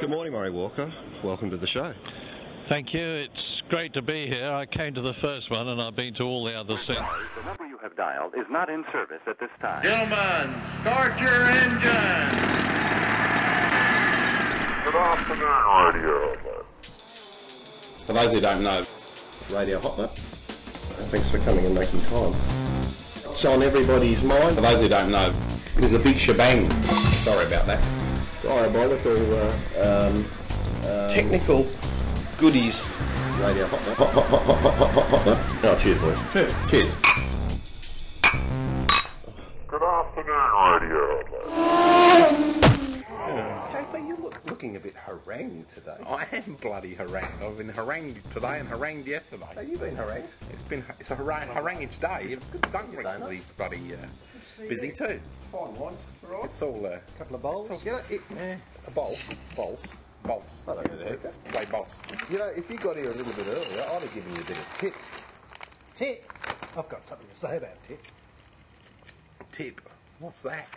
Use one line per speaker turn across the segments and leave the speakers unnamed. Good morning, Murray Walker. Welcome to the show.
Thank you. It's great to be here. I came to the first one and I've been to all the others since.
The number you have dialed is not in service at this time.
Gentlemen, start your engines.
Good afternoon, radio.
For those who don't know,
Radio Hotler. Thanks for coming and making time. It's on everybody's
for
mind.
those who don't know, there's a big shebang. Sorry about that.
Diabolical uh, um, um, technical goodies. Radio Hotler. Hot, hot, hot, hot, hot, hot, hot, hot. Oh, cheers, boys.
Cheers. Cheers.
Good afternoon, radio.
Jackie, you look looking a bit harangued today.
I am bloody harangued. I've been harangued today and harangued
Have
yesterday.
you Oh, been harangued?
It's been it's a harangue, haranguage day. Dunk Rex is bloody uh, busy too.
Fine wine, all right.
It's all uh,
couple of bowls.
it's all-
You know, it,
yeah,
a bowl, bowls.
boss.
I don't know that.
Let's play boss.
You know, if you got here a little bit earlier, I'd have given you a bit of tip.
Tip. I've got something to say about Tip.
Tip. What's that?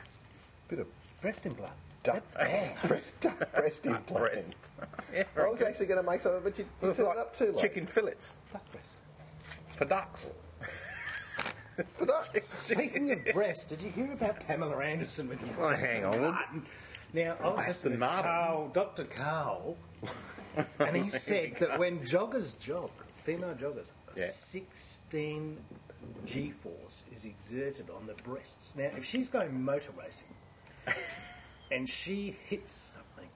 Bit of
Breast implant.
duck breast, duck breast implant.
Breast. yeah,
I was actually going to make something, but you, you
It's
turned
like
it up too late.
Chicken fillets
Fuck breast.
for ducks.
for ducks.
Speaking of breast, did you hear about Pamela Anderson when you
Oh, hang on.
Now, I was
Aston
listening to
Martin.
Carl, Dr. Carl, and he said that when joggers jog, female joggers,
Yeah.
16 g-force is exerted on the breasts. Now, if she's going motor racing and she hits something,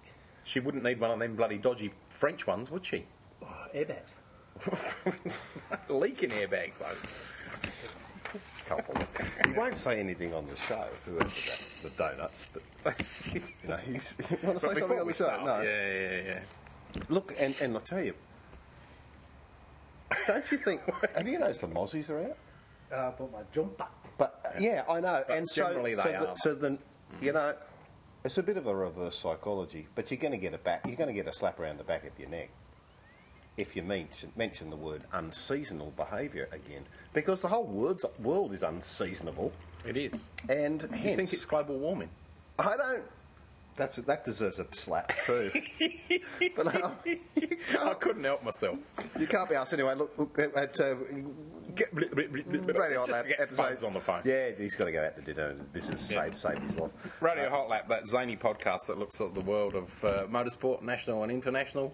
She wouldn't need one of them bloody dodgy French ones, would she?
oh, airbags.
Leaking airbags though.
Couple. He won't say anything on the show, whoever that, the donuts, but you know, he's, you want to say something on the show? no.
yeah, yeah, yeah.
Look, and, and I'll tell you, don't you think, have you noticed the mozzies are out?
Uh, I bought my jumper.
But uh, yeah, I know.
But
and so,
generally they Mm.
so, the, so
are.
then you know, it's a bit of a reverse psychology. But you're going to get a back. You're going to get a slap around the back of your neck if you mention mention the word unseasonal behaviour again, because the whole words, world is unseasonable,
It is.
and
You
hence
think it's global warming?
I don't. That's that deserves a slap too. but
uh,
um, you,
I
can't,
couldn't help myself.
you can't be asked anyway. Look, look at uh,
Get, bl- bl- bl- bl- bl-
Radio Hot
just
Lab
get
episode-
phones on the phone.
Yeah, he's got to go out to dinner. This is
Yeah.
save save his life.
Radio Hot Lap, that zany podcast that looks at the world of uh, motorsport, national and international.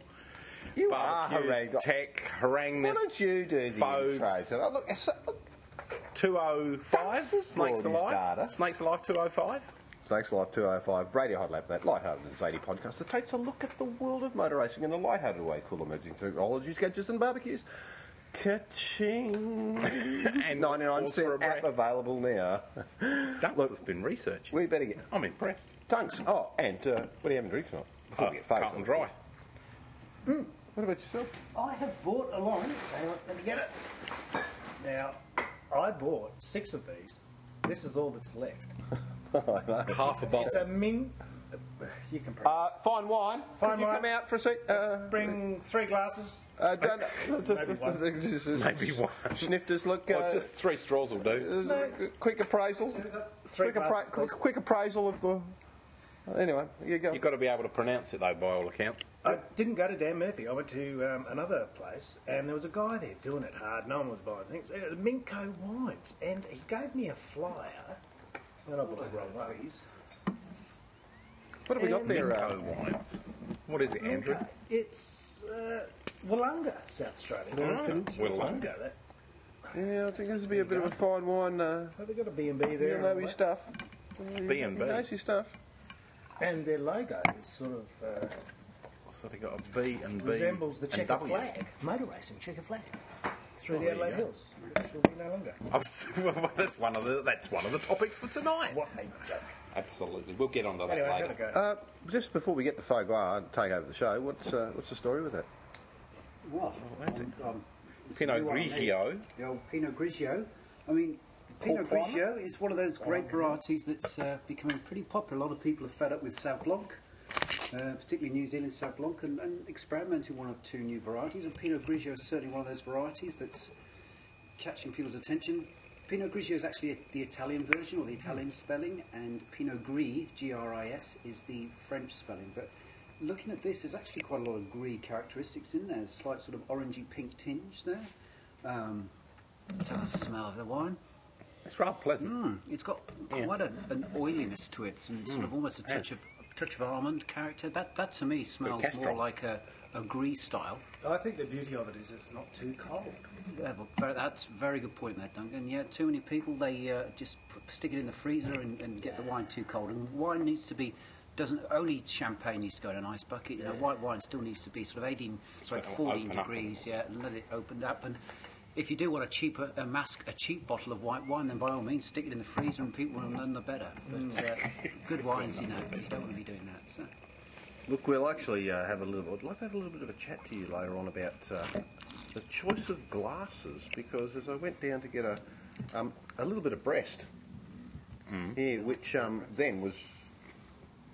You are
Barbecues,
harangued.
tech, harangueness.
Why don't you do the
Fogues.
intro? So, look, it's- look,
205?
Don't
Snakes
spoil his
Alive?
data.
Snakes Alive 205?
Snakes Life 205, Radio Hot Lab, that lighthearted and zany podcast that takes a look at the world of motor racing in a lighthearted way. Cool emerging technologies, gadgets and barbecues. Catching.
And what's pause for a
99% app
breath?
available now.
Dunks
Look-
has been researching.
we better get...
I'm impressed.
Dunks. Oh, and uh, what are you having to drink tonight? Before
Oh,
we get fogs
cut
on.
and dry.
What about yourself?
I have bought along. Hang on, let me get it. Now, I bought six of these. This is all that's left.
Half a bottle.
It's a Ming. uh, You can probably
Uh, fine wine.
Fine
Could you
wine.
come out for a sec? Uh,
bring three glasses.
uh, don't, just,
Maybe one.
just- just-
Maybe one.
Snifters, look.
Well,
uh,
just three straws will do.
There's a qu- quick appraisal.
Three
quick, appra-
glasses,
quick,
please.
quick appraisal of the. Anyway, you go.
You've got to be able to pronounce it, though, by all accounts.
I didn't go to Dan Murphy. I went to um, another place, and there was a guy there doing it hard. No one was buying things. Uh, Minko Wines, and he gave me a flyer. And I bought the wrong one.
what have we got there? Uh,
Minco wines. What is it, Andrew?
It's uh, Wollonga, South Australia.
Wollonga.
Wollonga. that-
yeah, I think this would be a bit of a fine wine. Uh,
Have they got a B&B there?
you know
and
your
what?
stuff.
B&B.
You know your stuff.
And their logo is sort of uh,
So they got a B and B.
resembles the
and
checker
W.
flag, motor racing checker flag, through
there
the
you
Adelaide
go.
Hills, which will be no longer.
I've s- well, that's one of the that's one of the topics for tonight.
What a joke!
Absolutely, we'll get onto that
Anyway, have a
later.
go.
Uh, just before we get to foie gras and take over the show, what's uh, what's the story with that?
Well,
that's it.
um, it's a
Pinot
new one, eh?
Grigio.
The old Pinot Grigio. I mean, Pinot
Corcoran?
Grigio is one of those great varieties that's uh, becoming pretty popular. A lot of people are fed up with Sauv Blanc, uh, particularly New Zealand Sauv Blanc, and, and experimenting one or two new varieties. And Pinot Grigio is certainly one of those varieties that's catching people's attention. Pinot Grigio is actually the Italian version or the Italian spelling, and Pinot Gris, G R I S, is the French spelling. But looking at this, there's actually quite a lot of grey characteristics in there. There's a slight sort of orangey pink tinge there. Um, it's a nice smell of the wine.
It's rather pleasant.
Mm, it's got
Yeah. Mm.
quite a, an oiliness to it, and sort of almost a touch
Yes.
of a touch of almond character. That that to me smells more
Castrol.
like a, a grease style.
I think the beauty of it is it's not too cold.
Yeah, well, ver- that's a very good point there, Duncan. Yeah, too many people they uh, just p- stick it in the freezer and, and get the wine too cold. And wine needs to be doesn't only champagne needs to go in an ice bucket. You know, white wine still needs to be sort of 18, sorry,
Sort of
14
open up a
degrees. Yeah, and let it open up. And if you do want a cheaper a mask, a cheap bottle of white wine, then by all means stick it in the freezer, and people will none the better. But uh, good wines, you know, you don't want to be doing that. So.
Look, we'll actually uh, have a little. I'd like to have a little bit of a chat to you later on about uh, the choice of glasses because as I went down to get a um, a little bit of breast, yeah, which um, then was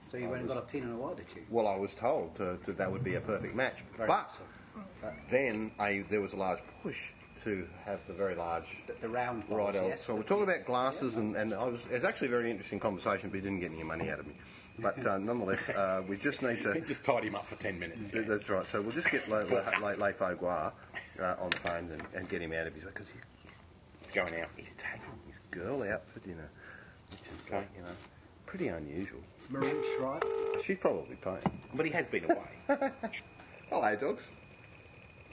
So you went and got a Pinot Noir, did you?
well, I was told to, to, that would be a perfect match,
Very
but uh,
good,
then a, there was a large push to have the very large
The, the round
Right,
ones,
Al.
yes.
So we're
The-
talking about glasses, and, and I was, it was actually a very interesting conversation, but he didn't get any money out of me. But uh, nonetheless, uh, we just need to.
Just tidy him up for 10 minutes.
th- That's right. So we'll just get Le, Le, Le, Le Foguois, uh, on the phone and, and get him out of his way because he, he's,
It's going out.
he's taking his girl out for dinner, which is like, you know pretty unusual.
Marie Shrive.
She's probably paying.
But he has been away.
Hello, dogs.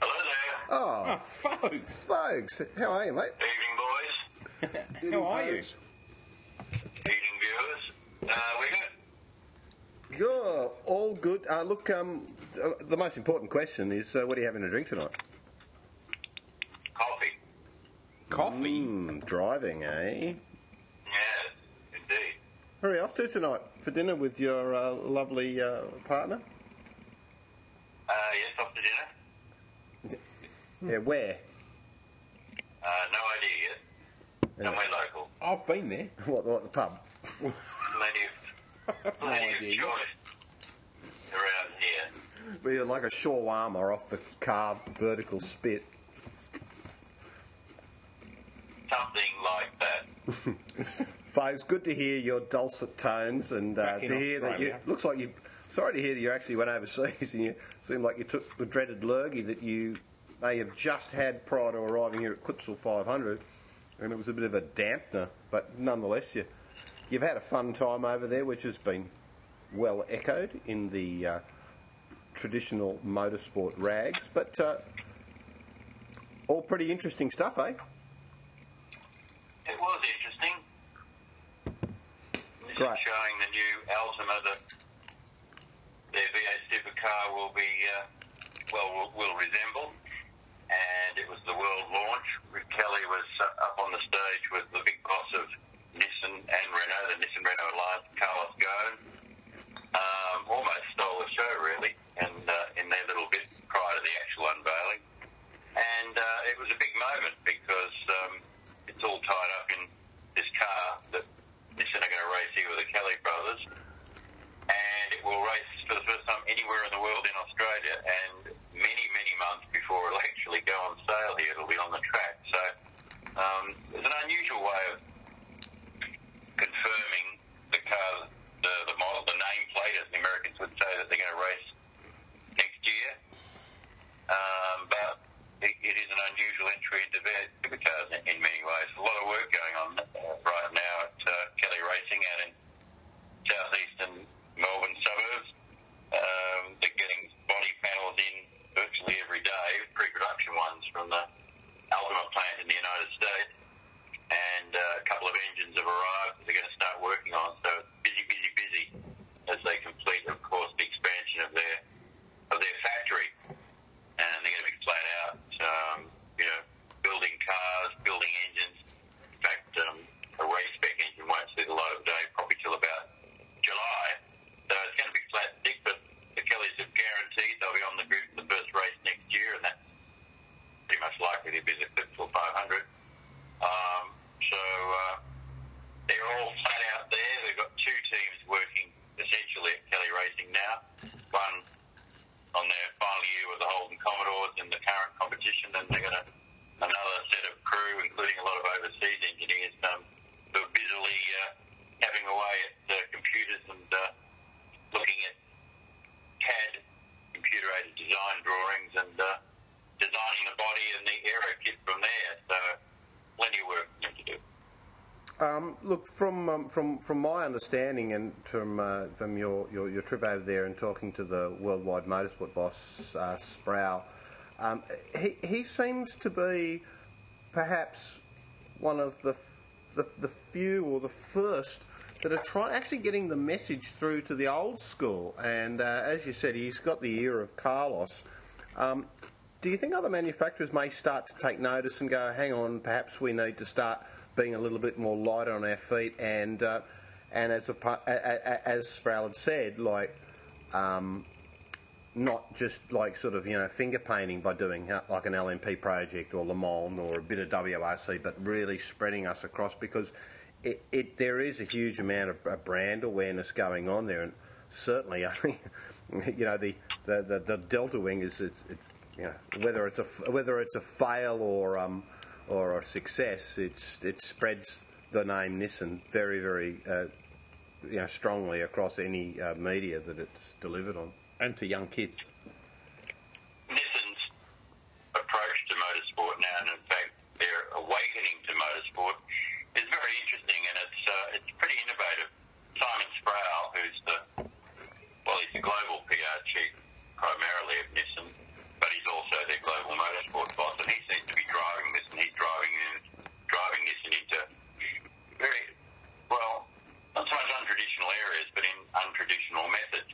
Hello there.
Oh,
Folks,
folks, how are you, mate?
Evening, boys.
how are you?
Evening, viewers. Uh, we got
You're all good. Uh, look, um, uh, the most important question is, uh, what are you having to drink tonight?
coffee.
Coffee.
Mm, driving, eh?
Yes, indeed.
Where are you off to tonight for dinner with your uh, lovely uh, partner?
Uh, yes, after dinner.
Hmm.
Yeah, where?
Uh, no idea yet. Somewhere local.
I've been there.
What, what the pub?
Plenty of, plenty of
idea.
choice around here.
We're like a shawarma off the carved vertical spit.
Something like that.
Folks, good to hear your dulcet tones and uh,
Back
to
in
hear that you
Australia.
looks like you. Sorry to hear that you actually went overseas and you seem like you took the dreaded lurgy that you may have just had prior to arriving here at Clipsal 500, and it was a bit of a dampener. But nonetheless, you you've had a fun time over there, which has been well echoed in the uh, traditional motorsport rags. But uh, all pretty interesting stuff, eh?
It was interesting. This
Great.
is showing the new Altima that their V8 supercar will be, uh, well, will, will resemble. And it was the world launch. Rick Kelly was uh, up on the stage with the big boss of Nissan and Renault, the Nissan Renault Alliance, Carlos Ghosn. Um, almost stole the show, really, and uh, in their little bit prior to the actual unveiling. And uh, it was a big moment because um, it's all tied up in this car that Nissan are going to race here with the Kelly brothers. And it will race for the first time anywhere in the world in Australia. And many, many months before it'll actually go on sale here, it'll be on the track. So um, it's an unusual way of confirming the car, the, the model, the nameplate, as the Americans would say, that they're going to race next year. Um, but it, it is an unusual entry into their supercars in, in many ways. A lot of work going on uh, right now at uh, Kelly Racing out in southeastern Melbourne suburbs. Um, they're getting body panels in virtually every day, pre-production ones from the Ultimate plant in the United States. And uh, um, um, Um, uh, um, uh, uh,
Um, look, from, um, from, from my understanding and from, uh, from your, your, your trip over there and talking to the worldwide motorsport boss, uh, Sproul, um, he, he seems to be perhaps one of the, f- the, the few or the first that are try- actually getting the message through to the old school. And uh, as you said, he's got the ear of Carlos. Um, do you think other manufacturers may start to take notice and go, hang on, perhaps we need to start being a little bit more light on our feet? And, uh, and as, a, pa- a, a, as Sproul had said, like, um, not just like sort of you know finger painting by doing uh, like an LMP project or Le Mans or a bit of WRC, but really spreading us across because it, it there is a huge amount of uh, brand awareness going on there, and certainly I think, you know the the, the, the Delta Wing is it's, it's you know whether it's a f- whether it's a fail or um or a success, it's it spreads the name Nissan very very uh, you know strongly across any uh, media that it's delivered on.
And to young kids.
Nissan's approach to motorsport now, and in fact their awakening to motorsport, is very interesting, and it's uh, it's pretty innovative. Simon Sproul, who's the well, he's the global PR chief primarily of Nissan, but he's also their global motorsport boss, and he seems to be driving this, and he's driving in, driving Nissan into very well, not so much untraditional areas, but in untraditional methods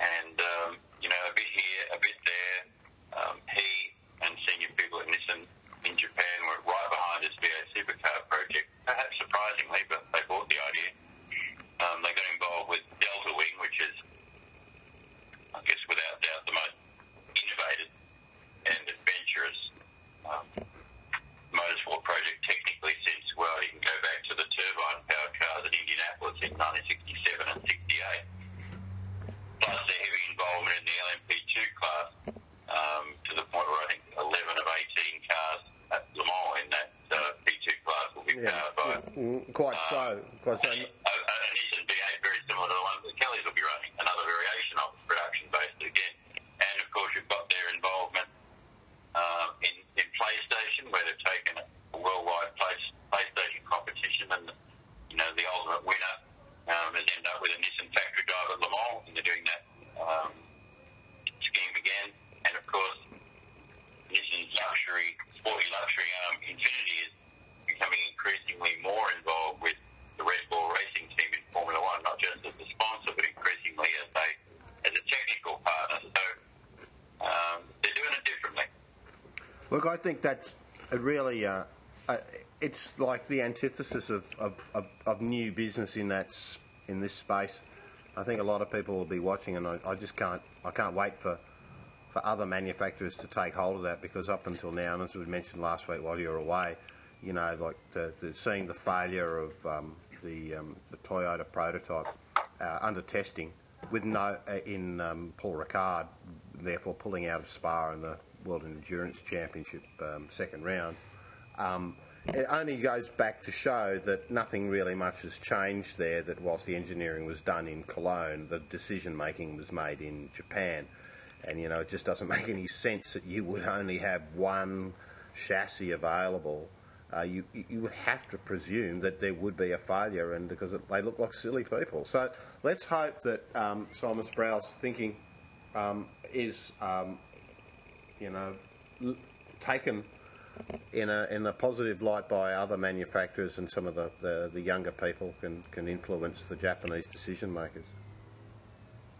and um, you know a bit here, a bit there. Um, he and senior people at Nissan in Japan were right behind this V8 supercar project, perhaps surprisingly, but they bought the idea. Um, they got involved with Delta Wing, which is, I guess, without doubt, the most innovative and adventurous um, motorsport project technically since, well, you can go back to the turbine powered cars at Indianapolis in 1967 and 68 plus the heavy involvement in the LMP2 class um, to the point where I think 11 of 18 cars at Le Mans in that uh, P2 class will be
Yeah,
powered by
Mm, quite so, quite so.
a, a, an Nissan V8 very similar to the one that Kelly's will be running, another variation of it, production-based again. And, of course, you've got their involvement um, in, in PlayStation, where they've taken a worldwide play, PlayStation competition and, you know, the ultimate winner um, has ended up with a Nissan factory drive at Le Mans, and they're doing that um, scheme again. And, of course, Nissan's luxury, sporty luxury arm, Infinity is becoming increasingly more involved with the Red Bull racing team in Formula One, not just as a sponsor, but increasingly as a as a technical partner. So um, they're doing it differently.
Look, I think that's a really. Uh, uh, it's like the antithesis of, of, of, of new business in that s- in this space. I think a lot of people will be watching, and I, I just can't. I can't wait for for other manufacturers to take hold of that because up until now, and as we mentioned last week while you were away, you know, like the, the, seeing the failure of um, the um, the Toyota prototype uh, under testing with no uh, in um, Paul Ricard, therefore pulling out of Spa in the World Endurance Championship um, second round. Um, it only goes back to show that nothing really much has changed there. That whilst the engineering was done in Cologne, the decision making was made in Japan. And you know, it just doesn't make any sense that you would only have one chassis available. Uh, you you would have to presume that there would be a failure, and because it, they look like silly people. So let's hope that um, Simon Sproul's thinking um, is um, you know l- taken in a in a positive light by other manufacturers and some of the, the, the younger people can can influence the Japanese decision makers.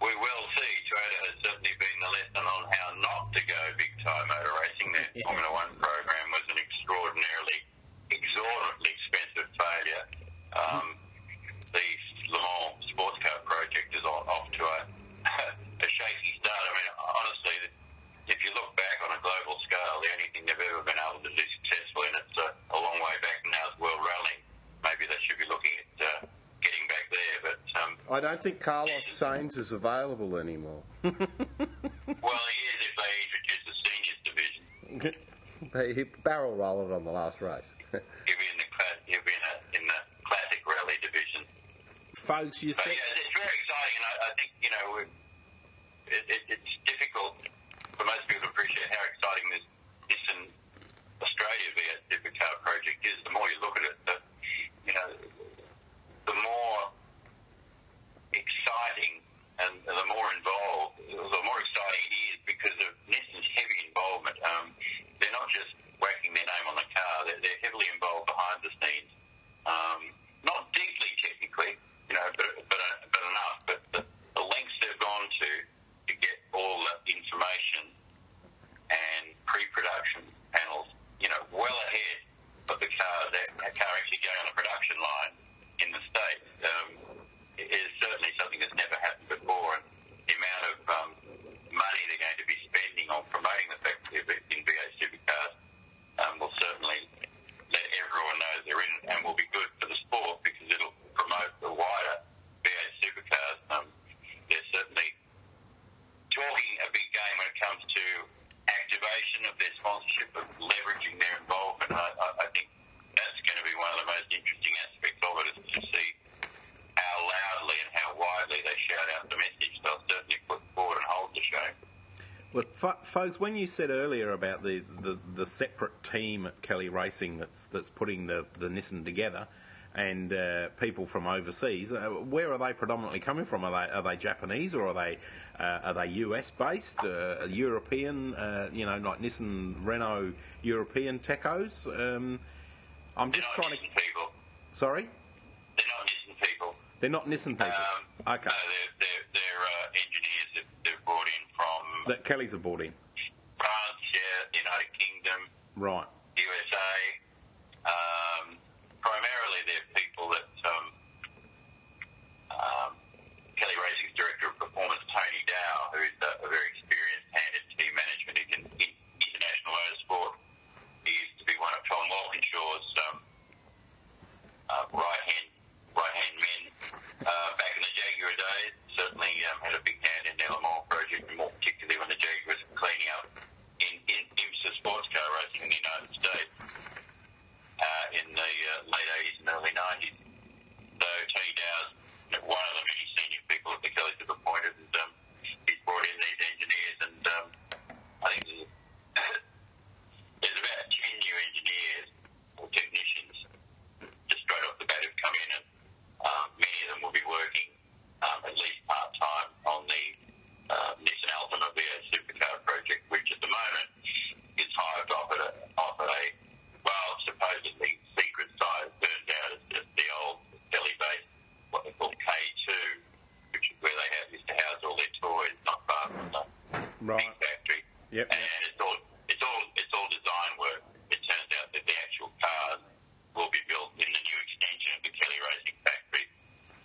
We will see. Toyota has certainly been the lesson on how not to go big time motor racing. Their Formula One program was an extraordinarily, exorbitantly expensive failure. Um, the Le Mans sports car project is on, off to a, a shaky start. I mean, honestly, if you look back on a global scale, the only thing they've ever been able to do successfully, and it's a, a long way back now, is World Rallying. Maybe they should be looking at uh, getting back there, but. Um,
I don't think Carlos Sainz is available anymore.
Well, he is if they introduce the seniors division.
He he barrel rolled it on the last race.
He'll be in the cla- he'll be in, a, in the classic rally division.
Folks, you
So
see.
yeah, it's very exciting, and I, I think you know we- it, it, it's difficult for most people to appreciate how exciting this this in Australia V8 supercar project is. The more you look at it, the you you know, the more exciting and the more involved, the more exciting it is because of Nissan's heavy involvement. Um, they're not just whacking their name on the car; they're, they're heavily involved behind the scenes. Um, not deeply technically, you know, but but, uh, but enough. But the, the lengths they've gone to to get all that information and pre-production panels, you know, well ahead of the car that that car actually going on the production line in the state. Um, it is certainly something that's never happened before, and the amount of um, money they're going to be spending on promoting the fact that they're in V8 supercars um, will certainly let everyone know they're in it and will be good for the sport because it'll promote the wider V8 supercars. Um, they're certainly talking a big game when it comes to activation of their sponsorship, of leveraging their involvement. I, I, I think that's going to be one of the most interesting aspects of it is to see how loudly and how widely they shout out the message they'll certainly put forward and hold the show.
Look, fo- folks, when you said earlier about the, the, the separate team at Kelly Racing that's that's putting the, the Nissan together, and uh, people from overseas, uh, where are they predominantly coming from? Are they are they Japanese or are they uh, are they US based, uh, European? Uh, you know, like Nissan, Renault, European techos. Um, I'm just trying to.
People,
Sorry,
they're not Nissan people.
they're not Nissan people. okay,
No, they're, they're, they're uh, engineers that they've brought in from
that Kelly's have bought in.
France, yeah, United Kingdom,
Right.
USA. Um, primarily, they're people that um, um, Kelly Racing's director of performance, Tony Dow, who is a, a very experienced hand in team management in, in international motorsport. He used to be one of Tom Walkinshaw's um, uh, right-hand right-hand men uh, back in the Jaguar days. Certainly um, had a big hand in the Lamar project, and more particularly when the Jaguar was cleaning up in, in IMSA sports car racing in the United States uh, in the uh, late 80s and early 90s. So Tony Dow's you know, one of the many senior people at the Kellys have appointed, and um, he's brought in these engineers, and um, I think there's, there's about 10 new engineers or technicians just straight off the bat have come in, and um, many of them will be working um, at least part time on the uh, Nissan Altima V8 supercar project, which at the moment is hived off at a, off at a well, supposedly secret site. It turns out it's just the old Delhi base, what they call K2, which is where they have, used to house all their toys, not far from the
Right.
factory.
Yep.
And it's all it's all it's all design work. It turns out that the actual cars will be built in the new extension of the Kelly Racing factory,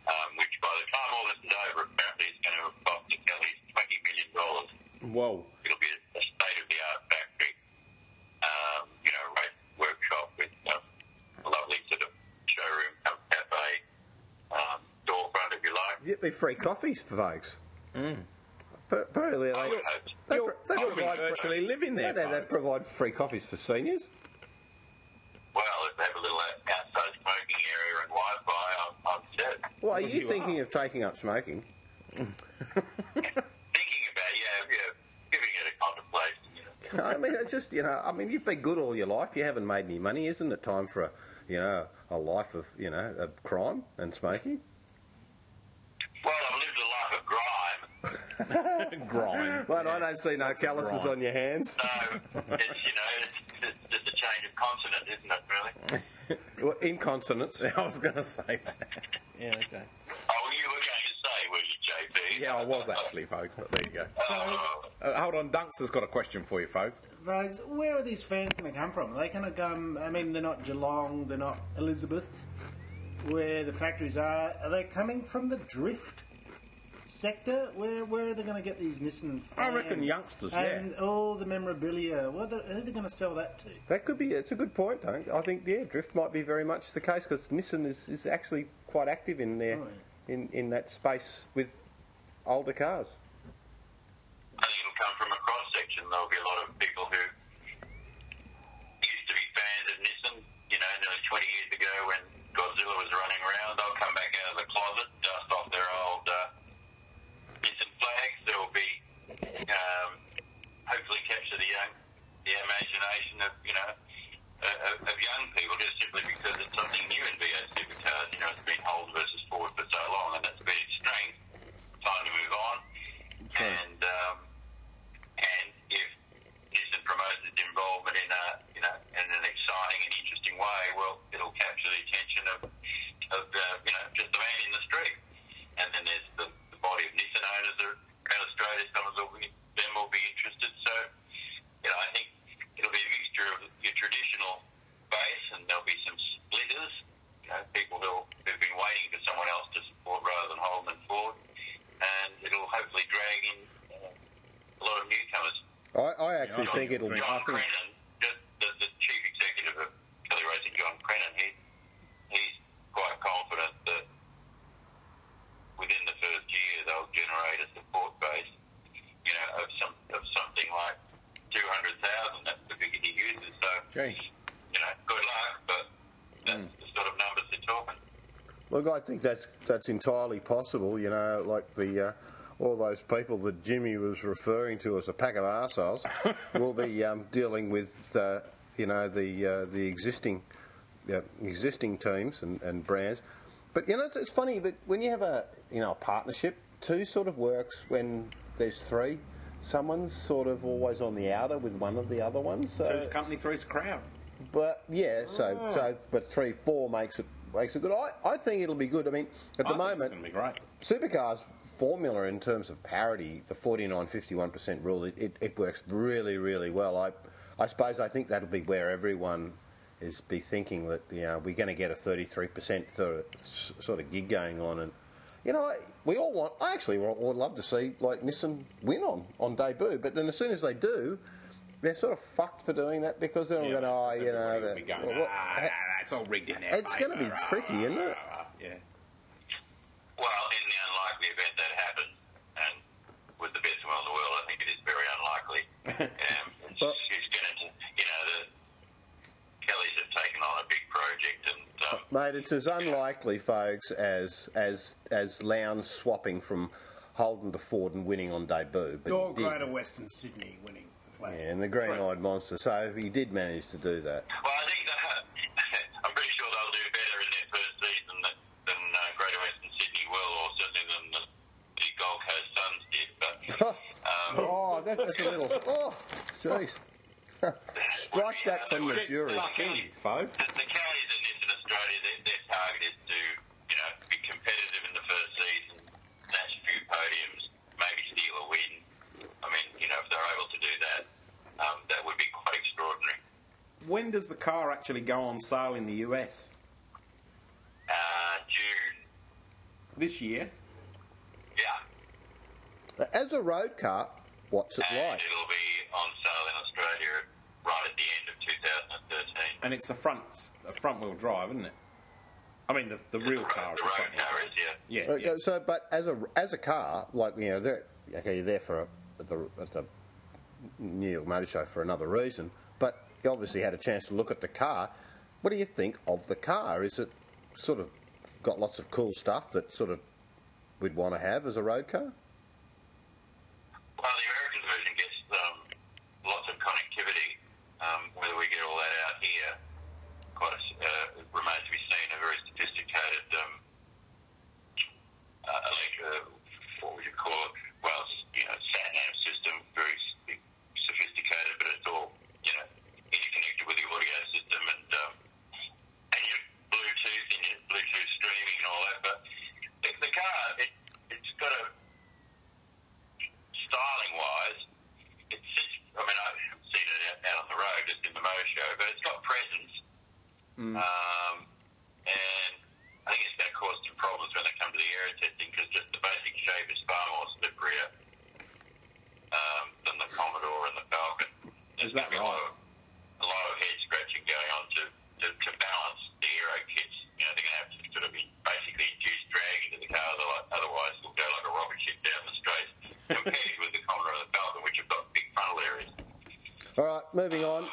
um, which by the time all this is over, apparently is going to have cost the Kellys twenty million dollars.
Whoa.
It'll be a state of the art factory, um, you know, race workshop with um, a lovely sort of showroom, um, cafe, um, storefront if you like.
You get me free coffees, folks. Mm. Apparently, they,
I would hope.
they, pro- they
I'll be
provide free,
virtually living there.
they, they
folks.
provide free coffees for seniors.
Well, if they have a little outside smoking area and Wi-Fi, I'm, I'm set.
What are you, thinking of taking up smoking?
Thinking about, yeah, yeah, giving it a contemplation, you know.
I mean, it's just you know, I mean, you've been good all your life. You haven't made any money. Isn't it time for a you know a life of you know of crime and smoking?
Well, I've lived a life of grime,
Grind.
Well, I don't see no calluses
right.
on your hands.
so it's, you know, it's, it's just a change of continent, isn't it, really?
Well, Incontinence.
I was going to say that. Yeah. Okay.
Oh, you were going to say, were you, JP?
Yeah, I was actually, folks. But there you go.
Oh,
Uh, hold on, Dunks has got a question for you, folks.
Vogues, where are these fans going to come from? Are they going to come, I mean, they're not Geelong, they're not Elizabeth, where the factories are. Are they coming from the drift sector? Where where are they going to get these Nissan fans?
I reckon youngsters, yeah.
And all the memorabilia. What are, who are they going to sell that to?
That could be. It's a good point. Don't I think? Yeah, drift might be very much the case because Nissan is, is actually quite active in there,
Right.
in in that space with older cars.
I think it'll come from a cross section. There'll be a lot of people who used to be fans of Nissan, you know, nearly 20 years ago when Godzilla was running around. They'll come back out of the closet, dust off their old uh, Nissan flags. There will be, um, hopefully, capture the young, the imagination of, you know, uh, of- of young people just simply because it's something new in V8 Supercars. um, uh,
think it'll.
John
I think
Crennan, the, the, the chief executive of Kelly Racing, John Crennan, he, he's quite confident that within the first year they'll generate a support base, you know, of some of something like two hundred thousand. That's the figure he uses. So you know, good luck, but
Mm.
that's the sort of numbers they're talking.
Look, I think that's that's entirely possible. You know, like the uh, all those people that Jimmy was referring to as a pack of arseholes will be um, dealing with uh, you know the uh, the existing uh, existing teams and, and brands. But you know, it's, it's funny. But when you have a you know a partnership, two sort of works when there's three. Someone's sort of always on the outer with one of the other ones. So
Two's company, three's crowd.
but yeah, so
Ah.
so but three four makes it makes it good. I, I think it'll be good. I mean, at the
I think
moment,
it's going to be great.
supercars formula in terms of parity, the 49 51 percent rule, it, it, it works really really well. I I suppose I think that'll be where everyone is be thinking that you know we're going to get a 33 percent sort of gig going on and. You know, I- we all want. I actually would would love to see like Nissan win on on debut, but then as soon as they do, they're sort of fucked for doing that because they're all going, oh, you know,
Everybody will be
that-
going,
well, what-
"Ah, nah, nah, it's all rigged in there.
it's going to be tricky, isn't it?
Yeah.
Well, in the unlikely event that happens, and with the best will in the world, I think it is very unlikely. um, it's, it's going to, you know, the Kellys have taken on a big project, and um,
Mate, it's as unlikely, folks, as as as Lowndes swapping from Holden to Ford and winning on debut. But
Or
he did.
Greater Western Sydney winning.
Yeah, and the green-eyed monster. So he did manage to do that.
well, I think that, I'm pretty sure they'll do better in their first season than, than uh, Greater Western Sydney will, or certainly than the, the Gold Coast Suns did. But um,
oh, that, that's a little. Oh, jeez. Strike that from the
Get
jury,
stuck in.
folks.
the, the counties in this in Australia, their, their target is to, you know, be competitive in the first season, snatch a few podiums, maybe steal a win. I mean, you know, if they're able to do that, um, that would be quite extraordinary.
When does the car actually go on sale in the US?
Uh, June,
This year.
yeah,
As a road car, what's it like?
it'll be on sale in Australia right at the end of 2013.
And it's a front a front wheel drive, isn't it? I mean, the, the real car is
The
a
road
front wheel.
car is, yeah.
Yeah,
Uh,
yeah.
So, but as a as a car, like you know, they're okay. You're there for a, at the at the New York Motor Show for another reason, but you obviously had a chance to look at the car. What do you think of the car? Is it sort of got lots of cool stuff that sort of we'd want to have as a road car?
Well, the American version gets um, lots of connectivity. Um, whether we get all that out here, quite a, s- uh, it remains to be seen. A very sophisticated, um, uh, elect- uh, what would you call it? Well, s- you know, sat nav system, very s- sophisticated, but it's all you know interconnected with the audio system and um, and your Bluetooth and your Bluetooth streaming and all that. But the, the car, it, it's got a styling wise, it's just, I mean, I haven't seen it out, out on the road, just in the motor show, but it's got presence. Um, and I think it's going to cause some problems when they come to the air testing because just the basic shape is far more slipperier um, than the Commodore and the Falcon. There's
that
gonna be a lot of- A lot of head scratching going on to, to, to balance the aero kits. You know, they're going to have to sort of be basically induce drag into the car, otherwise- otherwise it'll go like a rocket ship down the straight compared with the Commodore and the Falcon, which have got big frontal areas.
All right, moving on,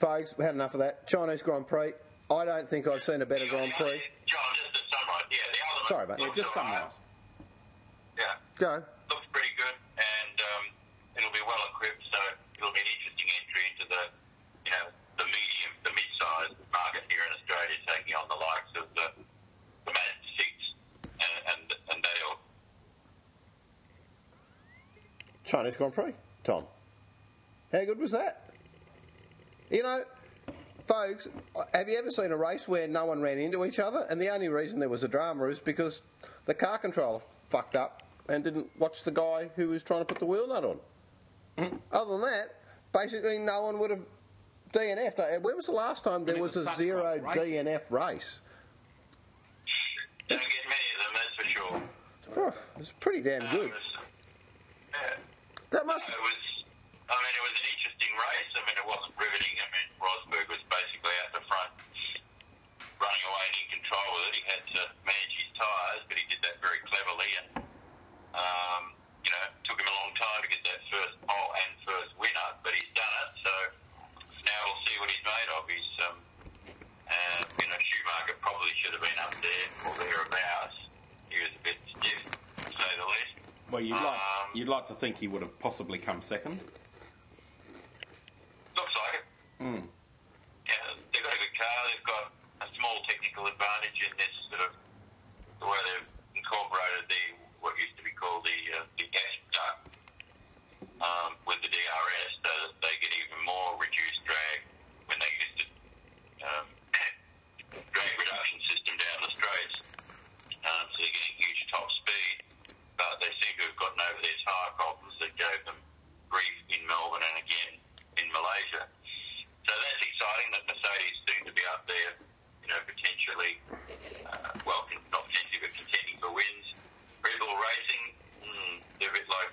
folks. We had enough of that. Chinese Grand Prix. I don't think I've seen a better Grand Prix.
John, just to summarise, yeah, the other
Sorry, mate.
yeah just summarise.
yeah,
Go.
looks pretty good, and um, it'll be well equipped, so it'll be an interesting entry into the, you know, the medium, the mid-sized market here in Australia, taking on the likes of the, the Mad Six and and, and that ilk.
Chinese Grand Prix, Tom. How good was that? You know, folks, have you ever seen a race where no one ran into each other? And the only reason there was a drama is because the car controller fucked up and didn't watch the guy who was trying to put the wheel nut on. Other than that, basically no one would have DNF'd. Uh, When was the last time there
it
was
was
a
such
zero
close races.
DNF race?
Don't get many of them, that's for sure.
Phew, It's pretty damn
It
good.
was, yeah,
That must.
it was I mean, it was an interesting race. I mean, it wasn't riveting. I mean, Rosberg was basically out the front, running away and in control with it. He had to manage his tyres, but he did that very cleverly. And, um, you know, it took him a long time to get that first pole and first win up, but he's done it. So now we'll see what he's made of. He's, um, uh, you know, Schumacher probably should have been up there or thereabouts. He was a bit stiff, to say the least.
Well, you'd like, you'd like to think he would have possibly come second.
Looks like it.
Mm.
Yeah, they've got a good car. They've got a small technical advantage in this sort of the way they've incorporated the what used to be called the uh, the gas duct um, with the DRS, so that they get even more reduced drag when they use the um, drag reduction system down the straights. Um, so they're getting huge top speed, but they seem to have gotten over their tyre problems that gave them grief in Melbourne and again in Malaysia. So that's exciting that Mercedes seem to be up there, you know, potentially, uh, well, con- not potentially, but contending for wins. Red Bull Racing, mm, they're a bit like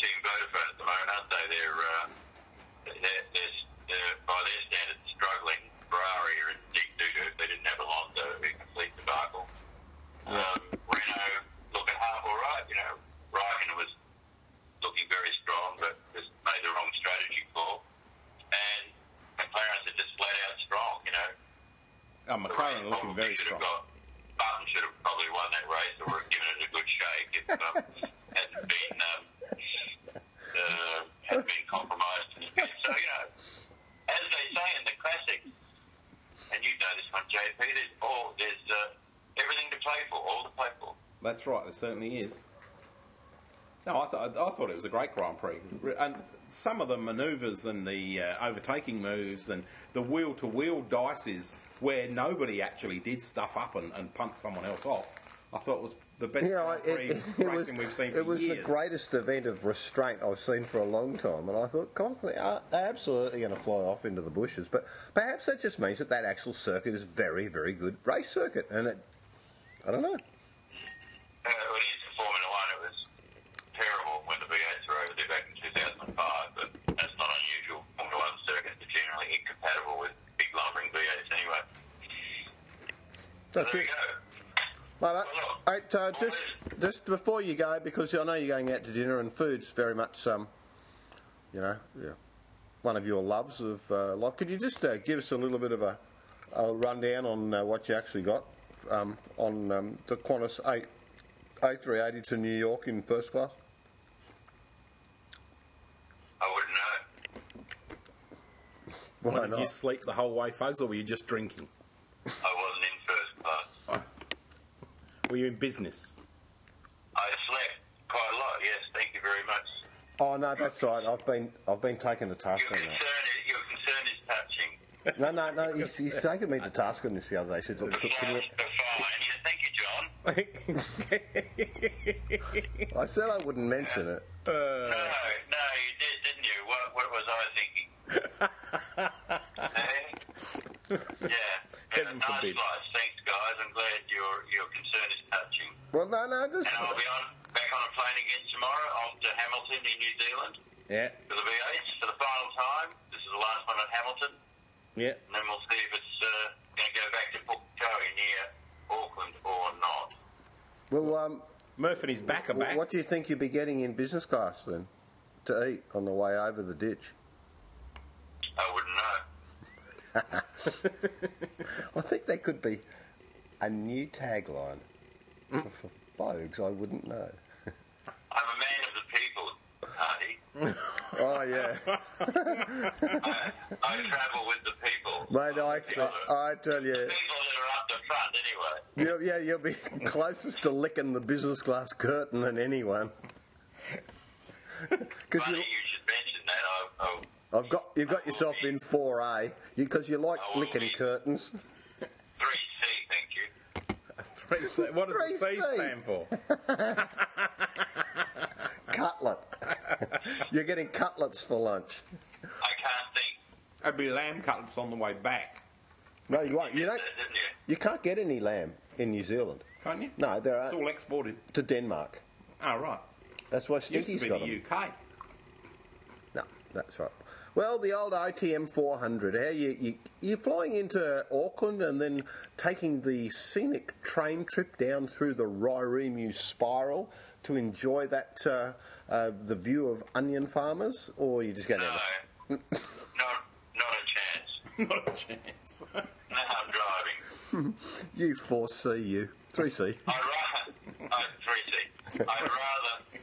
Team Vodafone at the moment, aren't they? They're, uh, they're, they're, they're by their standards, struggling. Ferrari are in deep doo-doo. If They didn't have Alonso, it'd be a complete debacle. Um, Renault looking half all right, you know. Raikkonen was looking very strong, but just made the wrong strategy call. And McLaren's are just flat out strong, you know.
Oh, McLaren looking very strong.
Barton should have probably won that race or given it a good shake if um, hadn't been um, uh, had been compromised. So you know, as they say in the classics, and you know this one, JP. There's all there's uh, everything to play for, all to play for.
That's right. There certainly is. No, I, th- I thought it was a great Grand Prix, Re- and some of the manoeuvres and the uh, overtaking moves and the wheel-to-wheel dices where nobody actually did stuff up and, and punt someone else off. I thought was the best
Yeah,
Grand Prix
it, it, it was,
racing we've seen for
it was the
years.
greatest event of restraint I've seen for a long time, and I thought, God, they are they're absolutely going to fly off into the bushes. But perhaps that just means that that actual circuit is very, very good race circuit, and it, I don't know.
Uh, well, it is for Formula One. It was terrible when the V8s were over there back in 2005, but that's not unusual. Formula One circuits are generally incompatible with big lumbering V8s anyway.
That's
there
it.
you go.
Well, I, I, uh, just just before you go, because I know you're going out to dinner, and food's very much, um, you know, yeah, one of your loves of uh, life. Could you just uh, give us a little bit of a, a rundown on uh, what you actually got um, on um, the Qantas A A380 to New York in first class?
I wouldn't know.
Why
did
not?
you sleep the whole way, folks, or were you just drinking?
I wasn't in first class.
Were you in business?
I slept quite a lot. Yes, thank you very much.
Oh no, that's right. I've been I've been taken to task on that.
Concern is, your concern is touching.
No, no, no. He's, he's taken me to task on this the other day. He said, "Look, look, can you,
Fine. Yeah, thank you, John.
I said I wouldn't mention it.
No, no, you did, didn't you? What, what was I thinking? Eh? yeah. yeah
Heaven
nice
forbid.
slice. Thanks, guys. I'm glad your your concern is touching.
Well, no, no, just
And I'll be on back on a plane again tomorrow. On to Hamilton in New Zealand
Yeah,
for the V8s for the final time. This is the last one at Hamilton,
yeah.
and then we'll see if it's uh, going to go back to Pukekohe near Auckland or not.
well, um,
Murph and his back are
Well,
back.
What do you think you'd be getting in business class then to eat on the way over the ditch?
I wouldn't know.
I think that could be a new tagline for Bogues. I wouldn't know.
I'm a man of the people, Hardy.
Oh yeah,
I travel with the people.
mate. I, I, I tell you,
People that are up the front, anyway.
you'll, yeah, you'll be closest to licking the business class curtain than anyone. Because
Funny
you,
you, should mention that. I, I,
I've got you've got yourself in four A because you like
I will
licking
be.
curtains.
3C, thank you.
what does the
Three
C
C.
stand for?
Cutlet. You're getting cutlets for lunch.
I can't think.
I'd be lamb cutlets on the way back,
No, you won't. You
You
don't.
said, didn't you?
You can't get any lamb in New Zealand.
can't you?
No, there
It's
are
all exported.
to Denmark.
Oh, right.
That's why
Used to
Stinky's
be
got
the
them.
UK.
No, That's right. Well, the old ITM 400. How you, you you're flying into Auckland and then taking the scenic train trip down through the Rairemu Spiral to enjoy that uh, uh, the view of onion farmers, or you just go down.
No, not, not a chance.
The... Not a chance.
No, I'm driving.
you foresee you three C.
I'd rather, I'd, 3C, I'd rather,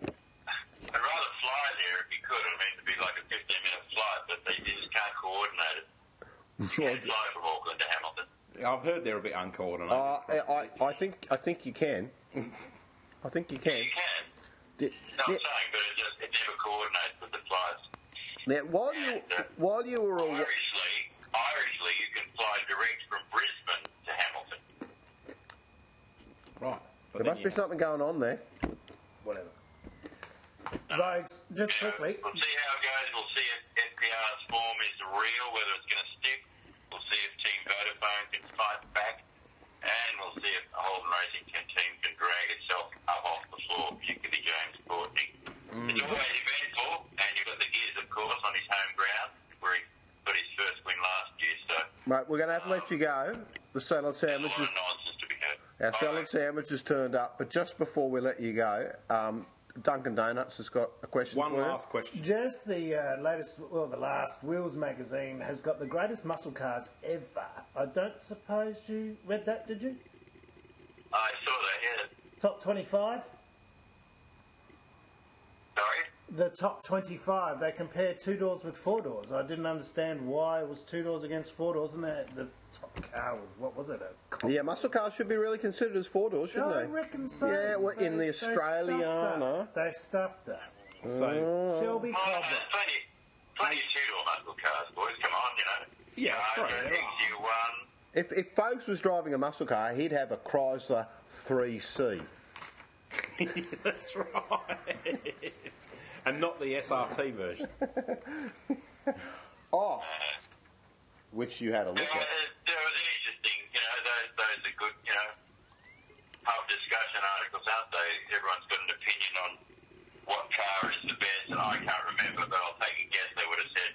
I'd rather fly there if you could. I mean, it'd be like a 15 minute flight, but they you just can't coordinate it. You can't fly from Auckland to Hamilton.
I've heard they're a bit uncoordinated.
Uh, I, I I think I think you can. I think you can.
You can.
D-
No, I'm
yeah.
saying, but it just, it never coordinates with the flights.
Now, while you while you were awa-
Irishly, Irishly, you can fly direct from Brisbane to Hamilton.
Right.
there must be something going on there.
Whatever. Rogues, just quickly.
We'll see how it goes. We'll see if FPR's form is real, whether it's going to stick. We'll see if Team Vodafone can fight back. And we'll see if the Holden Racing can- team can drag itself up off the floor, particularly James Courtney.
Mm.
It's always eventful, and you've got the gears, of course, on his home ground, where he got his first win last year. So,
Right, we're going to have to let you go. The salad sandwich is
nonsense to be had.
our salad sandwich has turned up, but just before we let you go, um, Dunkin' Donuts has got a question.
One
for you.
last question.
Just the uh, latest, well, the last Wheels magazine has got the greatest muscle cars ever. I don't suppose you read that, did you?
I saw that, yeah.
Top 25?
Sorry?
The top 25, they compare two doors with four doors. I didn't understand why it was two doors against four doors, and the, the top car was, what was it? A
Yeah, muscle cars should be really considered as four doors, shouldn't
I
they?
reckon so.
Yeah, well, in the
They- they stuffed that.
Australiana.
They stuffed that.
So,
Shelby
Oh, no,
Cobra.
there's plenty, plenty of two-door muscle cars, boys. Come on, you know. Uh,
Yeah, that's right,
Charger,
there are.
XU1,
If, if folks was driving a muscle car, he'd have a Chrysler 3C.
that's right. and not the SRT version.
Oh, which you had a look
There
at.
was- there was an interesting, you know, those, those are good, you know, pub discussion articles, aren't they? Everyone's got an opinion on what car is the best, and I can't remember, but I'll take a guess they would have said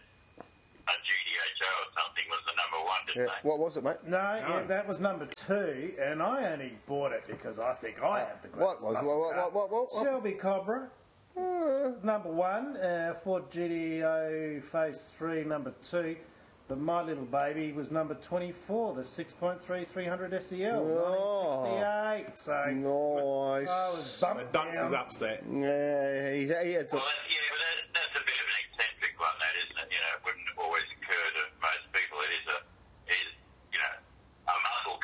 a GDHO or something was the number one,
Yeah,
didn't they?
what was it, mate?
No, Yeah, that was number two, and I only bought it because I think I have the
What
greatest
was
muscle
what,
car.
what, what, what, what?
Shelby Cobra. was Number one, uh, Ford GDO Phase 3, number two. But my little baby was number 24, the 6.3 300 SEL,
Oh.
1968. So I was
Nice.
bumped
Dunks
down.
is upset.
Yeah, he, he had some,
Well, that's, yeah, but that, that's a bit of an eccentric one, that isn't it? You know, it wouldn't always occur to most people. It is a, it is, you know, a muscle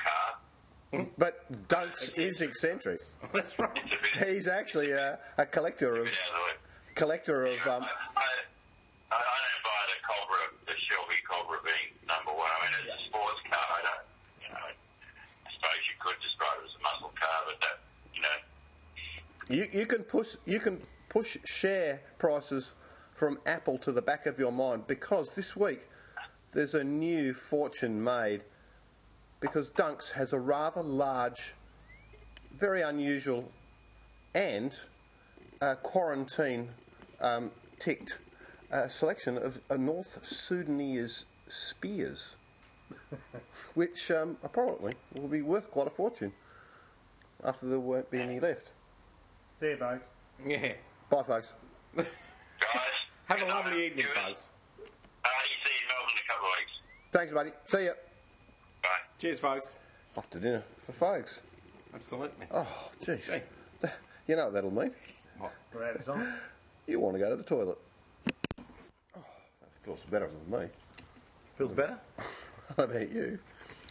car.
but Dunks is eccentric.
That's right.
It's a bit,
He's actually a, a collector of
bit out of the way.
collector of
I,
um,
I, I I don't buy the Cobra, the Shelby Cobra being number one. I mean, it's a sports car. I don't, you know, I suppose you could describe it as a muscle car, but that, you know,
You, you can push you can push share prices from Apple to the back of your mind because this week there's a new fortune made because Dunks has a rather large, very unusual, and uh, quarantine um, ticked uh, selection of uh, North Sudanese spears, which um, apparently will be worth quite a fortune after there won't be any left.
See you, folks.
Yeah.
Bye, folks.
guys.
Have a
good night.
lovely evening,
Cheers.
folks.
Uh, you see you in Melbourne in a couple of weeks.
Thanks, buddy. See ya.
Bye.
Cheers, folks.
Off to dinner for folks.
Absolutely.
Oh, jeez.
Gee.
Th- You know what that'll mean.
Right, it's on.
You want to go to the toilet. Oh, that feels better than me.
Feels better?
I about you.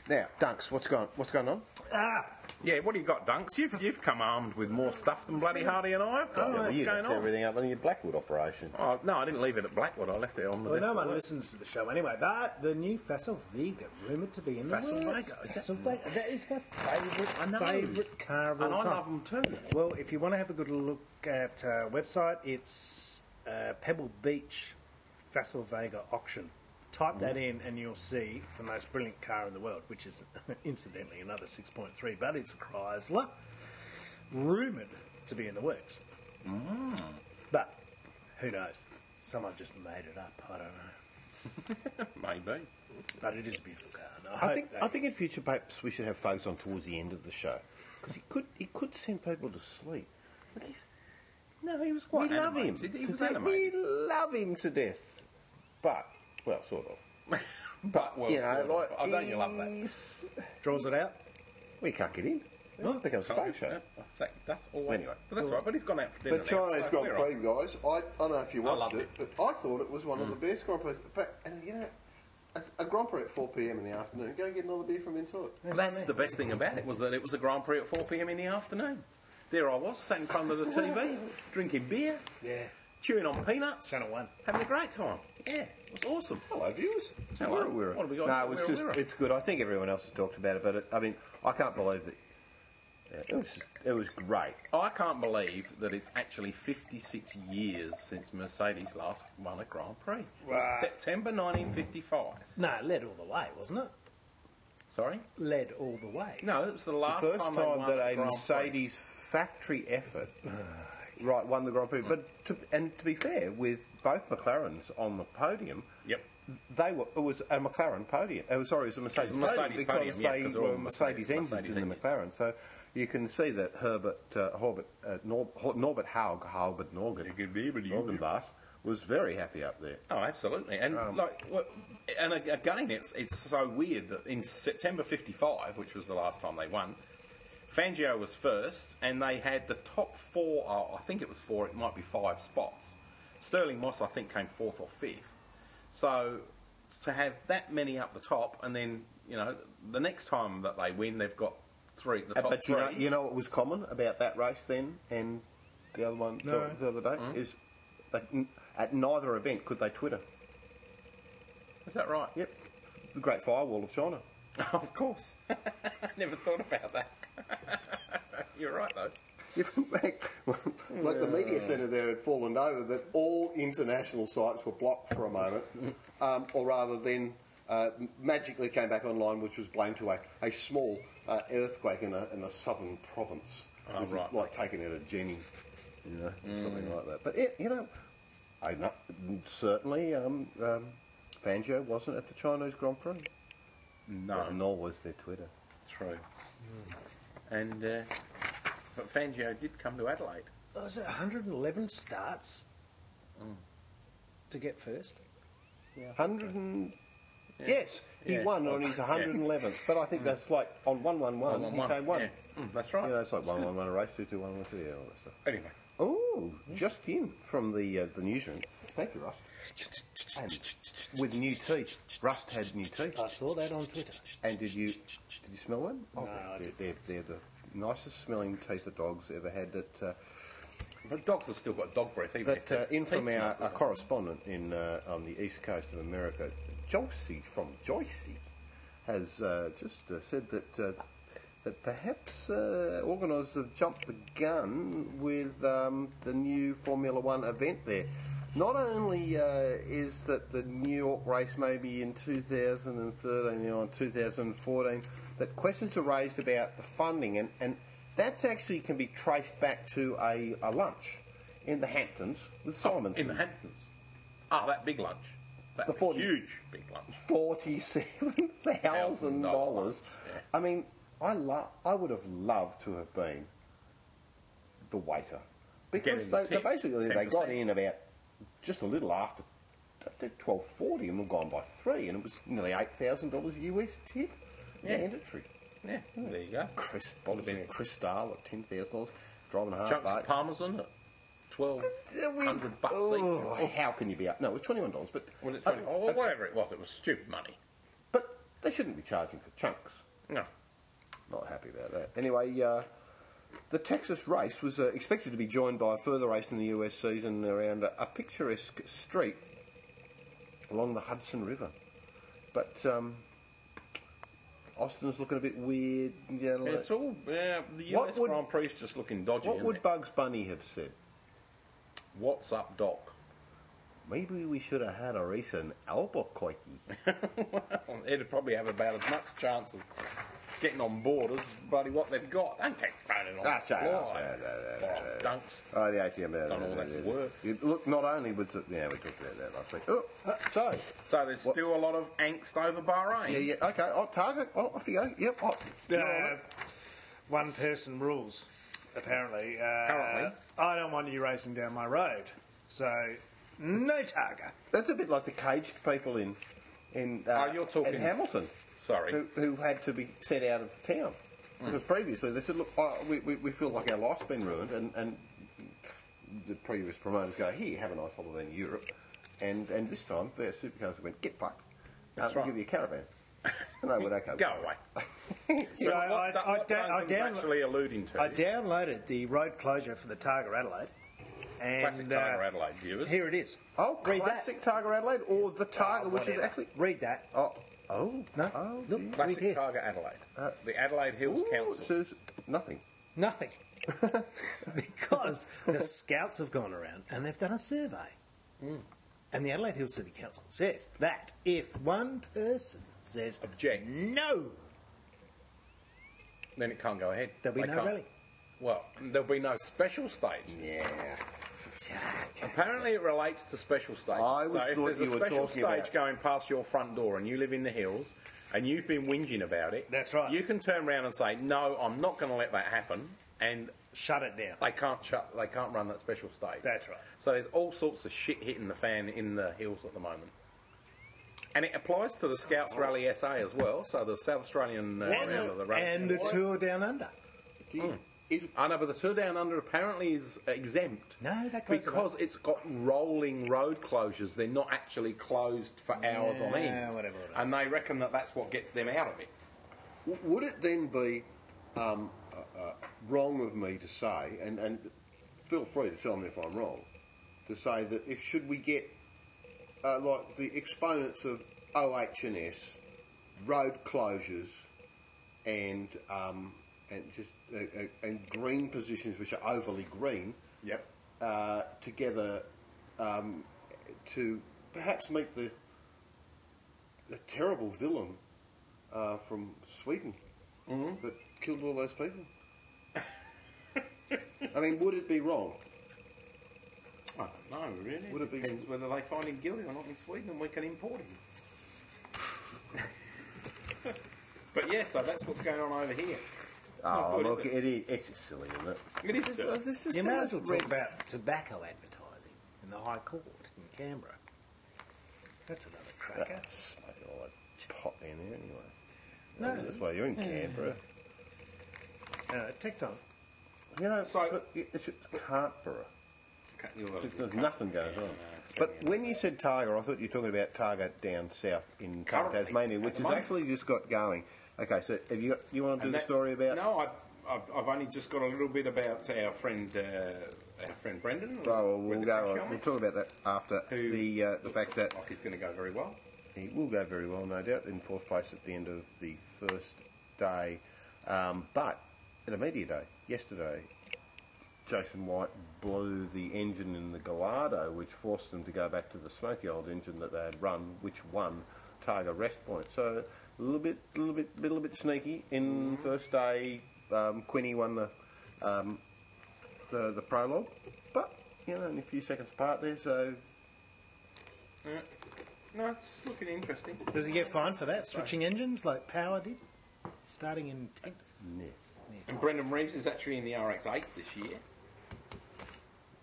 Now, Dunks, what's going, what's going on?
Ah,
Yeah, what do you got, Dunks? You've, you've come armed with more stuff than bloody Hardy and I have got.
Oh, well,
Oh, What's
you
going
left
on?
everything up on your Blackwood operation.
Oh, no, I didn't leave it at Blackwood. I left it on the
Well,
desk
Oh, no
at
one
work.
listens to the show anyway, but the new Fassel Vega, rumoured to be in the
Fassel
works.
Vega, is that-
Fassel Vega, that is my
I know.
favourite, favourite car of all
And I
time.
love them too.
Well, if you want to have a good look at uh, website, it's uh, Pebble Beach Fassel Vega auction. Type that in, and you'll see the most brilliant car in the world, which is incidentally another 6.3, but it's a Chrysler,
Mm.
rumoured to be in the works. But who knows?
Someone just made it up. I don't know.
Maybe.
But it is a beautiful car. and
I
hope
think
they-
I think in future perhaps we should have folks on towards the end of the show because he could he could send people to sleep. Look, he's, no, he was quite. We love him.
animated. He
to
was
death. we
animated.
love him to death, but well, sort of. But
Well,
you know,
sort of.
like
I don't you love that?
he's-
Draws it out.
We can't get in. No, it becomes a
Oh,
folk show.
yeah, that- that's all.
Anyway.
but that's all right. But he's gone out for dinner.
But
now,
China's
so
Grand
we're
Prix,
all
guys, I, I don't know if you
I Mm.
watched
loved
it, but I thought it was one of the best Grand Prix. But, and you know, a, a Grand Prix at 4 pm in the afternoon, go and get another beer from inside.
right. That's the best thing about it was that it was a Grand Prix at 4 p.m. in the afternoon. There I was, sat in front of the TV, drinking beer,
Yeah.
chewing on peanuts,
Channel One.
having a great time. Yeah, it was awesome.
Hello, viewers. It's
Hello.
Wirra Wirra.
What have we got?
No, it was
Wirra
just,
Wirra.
it's good. I think everyone else has talked about it, but it, I mean, I can't believe that. yeah, it was, it was great.
Oh, I can't believe that it's actually 56 years since Mercedes last won a Grand Prix. It was
Wow.
September 1955.
No, led all the way, wasn't it?
Sorry?
Led all the way.
No, it was the last
the first
time,
time,
they won
that
a
a
Grand Prix.
Mercedes factory effort right won the Grand Prix. But to, and to be fair, with both McLarens on the podium,
Yep.
they were it was a McLaren podium. Oh, sorry, it was a Mercedes,
It was a
podium
Mercedes
because
podium, yeah,
they
'cause they're all
were Mercedes,
Mercedes-
engines
Mercedes
in the McLaren. So you can see that Herbert uh, Horbert, uh, Nor- Hor- Norbert Haug Halbert Norgan Norgenbass was very happy up there.
Oh, absolutely. And
Um,
like, well, and ag- again, it's it's so weird that in September 55, which was the last time they won, Fangio was first, and they had the top four. oh, I think it was four. It might be five spots. Sterling Moss, I think, came fourth or fifth. So to have that many up the top, and then you know the next time that they win, they've got three. The
Uh,
top
but
three.
you know, you know what was common about that race then and the other one the- the other day
Hmm?
is that n- at neither event could they Twitter.
Is that right?
Yep, the Great Firewall of China.
of course. Never thought about that. You're right though.
If, like like the media centre there had fallen over, that all international sites were blocked for a moment, um, or rather, then uh, m- magically came back online, which was blamed to a, a small uh, earthquake in a, in a southern province,
Oh,
which was
right. Mm.
like taking out a Jenny, you know, or something like that. But it, you know,
I know, certainly um, um, Fangio wasn't at the Chinese Grand Prix,
No.
nor was their Twitter.
True. And uh, but Fangio did come to Adelaide.
Was it 111 starts to get first?
Hundred and yes, he
Yeah.
won on his
Yeah. Mm.
111th, but I think that's like on one one
Oh,
one he came one.
Yeah. Mm, that's right.
You know, it's like one one one a race, two two one one three, all that stuff.
Anyway,
Oh, just in from the uh, the newsroom. Thank you, Rust. And with new teeth, Rust had new teeth.
I saw that on Twitter.
And did you did you smell one? Oh, they're, they're, they're the nicest smelling teeth a dog's ever had. That uh,
but dogs have still got dog breath. Even if
that uh,
there's
in from
teeth
our,
smell.
our correspondent in uh, on the east coast of America, Joycey from Joycey, has uh, just uh, said that uh, that perhaps uh, organisers have jumped the gun with um, the new Formula One event there. Not only uh, is that the New York race maybe in 2013 or 2014, that questions are raised about the funding, and, and that's actually can be traced back to a, a lunch in the Hamptons with Simons.
in the Hamptons. Ah, that big lunch. That
The 40
huge big lunch.
Forty-seven thousand
$47,000,
dollars.
yeah.
I mean, I lo- I would have loved to have been the waiter because
Getting the
they, they
tip,
basically they got
10%.
in about just a little after twelve forty and were gone by three, and it was nearly eight thousand dollars US tip
Yeah.
mandatory.
Yeah, there you go.
Chris
Would've been-
Chris Stahl at ten thousand dollars, driving hard.
Chunks
bike.
of parmesan at twelve hundred bucks
oh,
each.
how can you be up? No, it was twenty-one dollars, but
Was it twenty?
uh,
Or
uh,
Oh, whatever it was, it was stupid money.
But they shouldn't be charging for chunks.
No.
Not happy about that. Anyway, uh, the Texas race was uh, expected to be joined by a further race in the US season around a, a picturesque street along the Hudson River. But um, Austin's looking a bit weird. You know,
Yeah,
like-
it's all yeah, the
What
US
would-
Grand Prix's just looking dodgy.
what
isn't
would
it?
Bugs Bunny have said?
What's up, Doc?
Maybe we should have had a race in Albuquerque.
It'd probably have about as much chance of getting on board is bloody what they've got. Don't take the phone and
Ah, sorry.
offline. Bollocks, dunks.
Oh, the ATM. uh,
Done all that
uh,
work.
you- Look, not only was it. Yeah, we talked about that last week. Oh, so.
So there's still a lot of angst over Bahrain.
Yeah, yeah, okay. I'll target. Oh, off you go. Yep. Oh, you're on
Uh,
it.
one person rules, apparently. Uh,
Currently.
I don't want you racing down my road, so no targa.
That's a bit like the caged people in. in uh,
Oh, you're talking-
In Hamilton.
Sorry. Mm.
Who, who had to be sent out of town. Because previously they said, look, oh, we, we, we feel like our life's been ruined. And, and the previous promoters go, here, have a nice holiday in Europe. And, and this time, their supercars went, get fucked.
That's
uh, we'll
right.
give you a caravan. And they went, okay.
Go away.
So
what,
I-
that-
I
what
da- I
Duncan's
download-
actually alluding to.
I downloaded the road closure for the Targa Adelaide. And, uh,
Classic Tiger Adelaide viewers.
Here it is.
Oh,
Read that.
classic Tiger Adelaide or the Tiger,
Oh,
which is
whatever.
actually.
Read that.
Oh, oh,
No.
oh,
Look,
yeah.
read
Classic
here.
Tiger Adelaide.
Uh,
the Adelaide Hills
Ooh, it
Council.
says nothing.
Nothing. because the scouts have gone around and they've done a survey.
Mm.
And the Adelaide Hill City Council says that if one person says
Object.
no,
Then it can't go ahead.
there'll be
They
no
can't-
rally.
Well, there'll be no special stage.
Yeah.
Apparently, it relates to special stage.
I was
so if
thought
there's a
you were
special
talking
stage
about-
going past your front door and you live in the hills and you've been whinging about it,
That's right.
You can turn around and say, "No, I'm not going to let that happen," and
Shut it down.
they can't shut. They can't run that special stage.
That's right.
So there's all sorts of shit hitting the fan in the hills at the moment. And it applies to the Scouts
Uh-huh.
Rally SA as well, so the South Australian uh,
And,
round of the rally.
and the tour down under.
Do you- is-
I know, but the Tour Down Under apparently is exempt.
No, that goes
Because it's got rolling road closures. They're not actually closed for hours on
Yeah,
end.
whatever, whatever.
And they reckon that that's what gets them out of it.
w- would it then be um, uh, uh, wrong of me to say, and, and feel free to tell me if I'm wrong, to say that if should we get uh, like the exponents of OH&S, road closures, and um, and just uh, uh, and green positions which are overly green,
Yep.
uh, together um, to perhaps make the the terrible villain uh, from Sweden that killed all those people. I mean, would it be wrong?
I don't know, really.
Would it be-
Depends whether they find him guilty or not in Sweden and we can import him. but yeah, so that's what's going on over here.
Oh,
good,
look,
is
it is, it's just silly, isn't it?
It is, sir.
This
You might as well talk about tobacco advertising in the High Court in Canberra. That's another cracker.
smoking all that pot in there anyway.
No.
that's why you're in Canberra.
Uh, Tecton.
You know,
So-
but it- it's, it's Canberra.
Okay, you'll have
There's-
to-
There's nothing going on. But when you said Targa, I thought you were talking about Targa down south in
Currently,
Tasmania,
at
which
the
has
moment.
actually just got going. Okay, so have you got, you want to do
And
the
that's-
story about?
No, I, I've, I've only just got a little bit about our friend, uh, our friend Brendan.
Right, Oh, well,
with
we'll
the
go.
crash
On. We'll
helmet,
talk about that after
who
the uh, the
looks
fact that
like he's going to go very well.
He will go very well, no doubt, in fourth place at the end of the first day. Um, but at a media day yesterday, Jason White blew the engine in the Gallardo, which forced them to go back to the smoky old engine that they had run, which won Tiger Rest Point. So a little bit, little bit, little bit sneaky in first day. Um, Quinny won the, um, the the prologue, but you know, only a few seconds apart there, so
Uh, no, it's looking interesting.
Does he get fined for that? Switching engines like Power did? Starting in 10th?
yeah.
And Brendan Reeves is actually in the RX8 this year,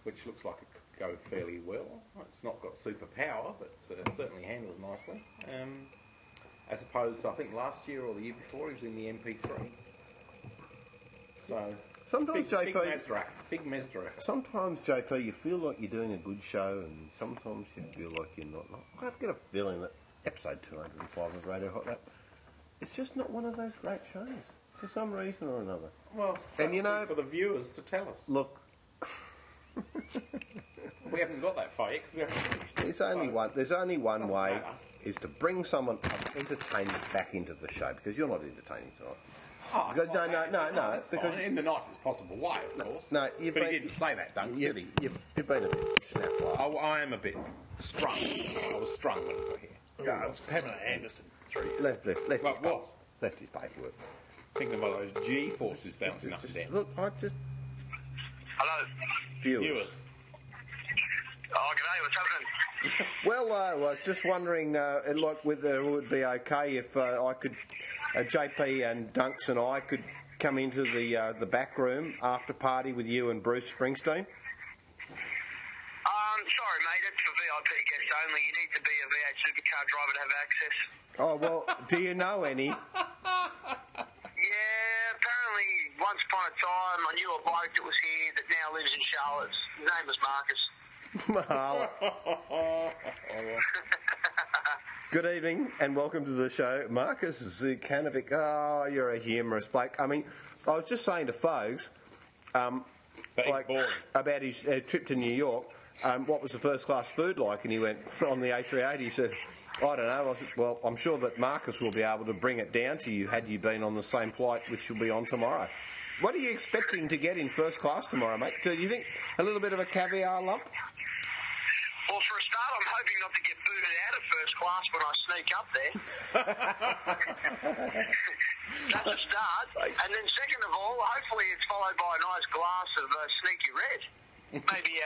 which looks like it could go fairly well. It's not got super power, but uh, certainly handles nicely. Um, as opposed, to, I think last year or the year before, he was in the MP3. So
Sometimes
big, big
JP
Mazda, big Mazda effort.
Sometimes, JP, you feel like you're doing a good show, and sometimes you feel like you're not. I've got a feeling that episode 205 of Radio Hot Lap, it's just not one of those great shows for some reason or another.
Well,
And you know-
for the viewers to tell us,
Look,
we haven't got that far yet because we haven't finished.
there's only
So,
one. There's only one
Doesn't
way
matter.
is to bring someone of entertainment back into the show because you're not entertaining tonight.
Oh,
Because- no,
well,
no,
that's-
no, no,
that's
because-
fine, in the nicest possible way, of course.
No, you've
but
been-
he didn't say that, Oh, Dunks,
You,
did he?
you've, you've been a bit snap
I, I am a bit strung. I was strung when I got here.
No, it's Pamela Anderson.
Three.
Left, left, left.
Well,
his
well.
pa- Left his paperwork.
Thinking about those G forces bouncing up and down.
Look, I just.
Hello.
Viewers.
Oh, g'day, what's happening?
Well, uh, I was just wondering, uh, like, whether it would be okay if uh, I could, uh, JP and Dunks and I could come into the uh, the back room after party with you and Bruce Springsteen.
Um, sorry, mate, that's for VIP guests only. You need to be a V8 supercar driver to have access.
Oh well, do you know any?
Yeah, apparently, once upon a time, I knew a bloke that was here that now lives in Charlotte. His name was Marcus.
Mahalo. Good evening and welcome to the show. Marcus Zukanovic. Oh, you're a humorous bloke. I mean, I was just saying to folks um, like, about his uh, trip to New York, um, what was the first class food like? And he went on the A380. He said, I don't know. I said, well, I'm sure that Marcus will be able to bring it down to you had you been on the same flight which you'll be on tomorrow. What are you expecting to get in first class tomorrow, mate? Do you think a little bit of a caviar lump?
Well, for a start, I'm hoping not to get booted out of first class when I sneak up there. That's a start. And then, second of all, hopefully it's followed by a nice glass of uh, sneaky red. Maybe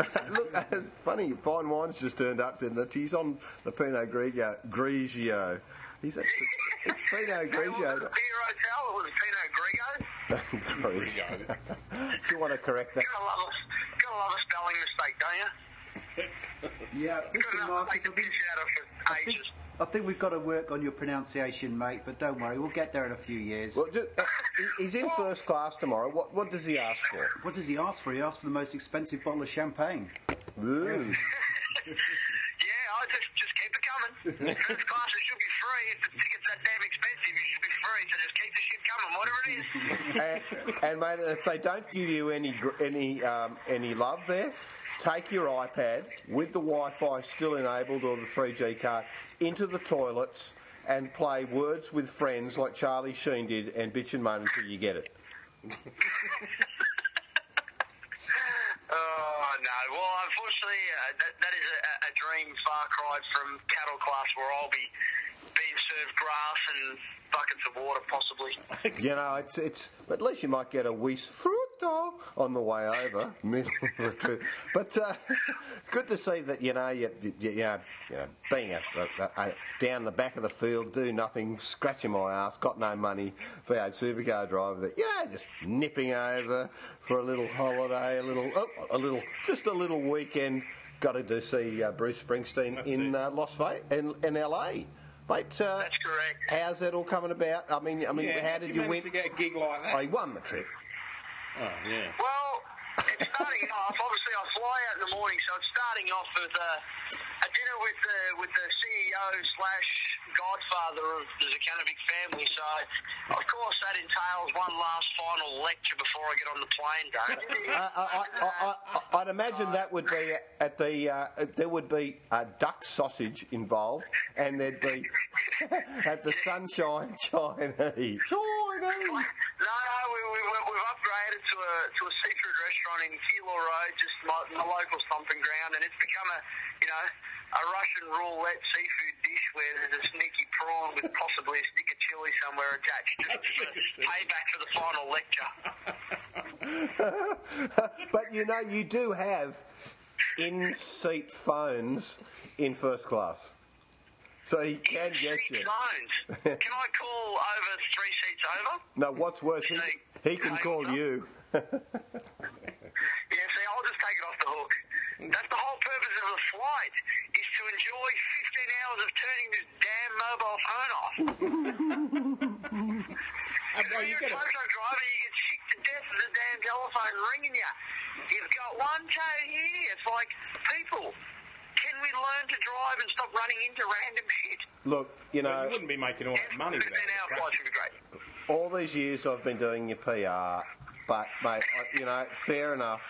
uh, a Pinot Greek. Grego.
Look, it's funny. Fine Wine's just turned up, said that he's on the Pinot Grigio. Grigio. He's actually, it's Pinot Grigio.
Beer Hotel, it was Pinot Grego.
Grigio. Do you want to correct that?
Gotta love a, gotta love a spelling mistake, don't you?
Yeah, listen,
Gotta take the piss out of it.
I think, I think we've got to work on your pronunciation, mate, but don't worry, we'll get there in a few years.
Well, just, uh, he- he's in first class tomorrow. What, what does he ask for?
What does he ask for? He asked for the most expensive bottle of champagne.
Ooh.
Yeah, I just just keep it coming. First class, it should be free. If the ticket's that damn expensive, it should be free. So just keep the shit coming, whatever it is.
and, and mate, if they don't give you any gr- any um, any love there, take your iPad with the Wi-Fi still enabled or the 3G card into the toilets and play Words with Friends like Charlie Sheen did and bitch and moan until you get it.
Oh no! Well, unfortunately, uh, that, that is a, a dream far cry from cattle class, where I'll be being served grass and buckets of water, possibly.
You know, it's it's. At least you might get a whis fruto on the way over, middle of the trip. But uh, good to see that you know you you, you, know, you know being a, a, a, down the back of the field, do nothing, scratching my ass, got no money, V8 supercar driver that you know just nipping over for a little holiday, a little oh, a little just a little weekend. Got to do see uh, Bruce Springsteen in uh, Las Vegas in, in LA. Mate, uh, that's
correct.
How's that all coming about? I mean, I mean,
Yeah,
how
how'd
did
you
you, win?
manage to get a gig like that?
I won the trip.
Oh, yeah.
Well, it's starting off. Obviously, I fly out in the morning, so it's starting off with a, a dinner with the with the CEO slash godfather of the Zucanovic family. So, of course, that entails one last final lecture before I get on the plane, don't it?
I, Uh, I, I, I, I'd imagine that would be at the uh, there would be a duck sausage involved, and there'd be at the sunshine Chinese. Chinese.
No, no, we, we, we- we've upgraded to a to a seafood restaurant in Kilo Road, just my, my local stomping ground, and it's become a you know a Russian roulette seafood dish where there's a sneaky prawn with possibly a stick of chili somewhere attached. It's a payback for the final lecture.
but you know, you do have in-seat phones in first class, so he can get you.
Phones. Can I call over three seats over?
No, what's worse, he, he can call you.
Yeah, see, I'll just take it off the hook. That's the whole purpose of a flight is to enjoy 15 hours of turning this damn mobile phone off. Because when you're a photo driver, you get sick to death of the damn telephone ringing you. You've got one toe here. It's like, people, can we learn to drive and stop running into random shit?
Look, you know.
you wouldn't be making all that money with
15 hour
that.
flight should be great.
all these years I've been doing your PR, but mate, I, you know, fair enough.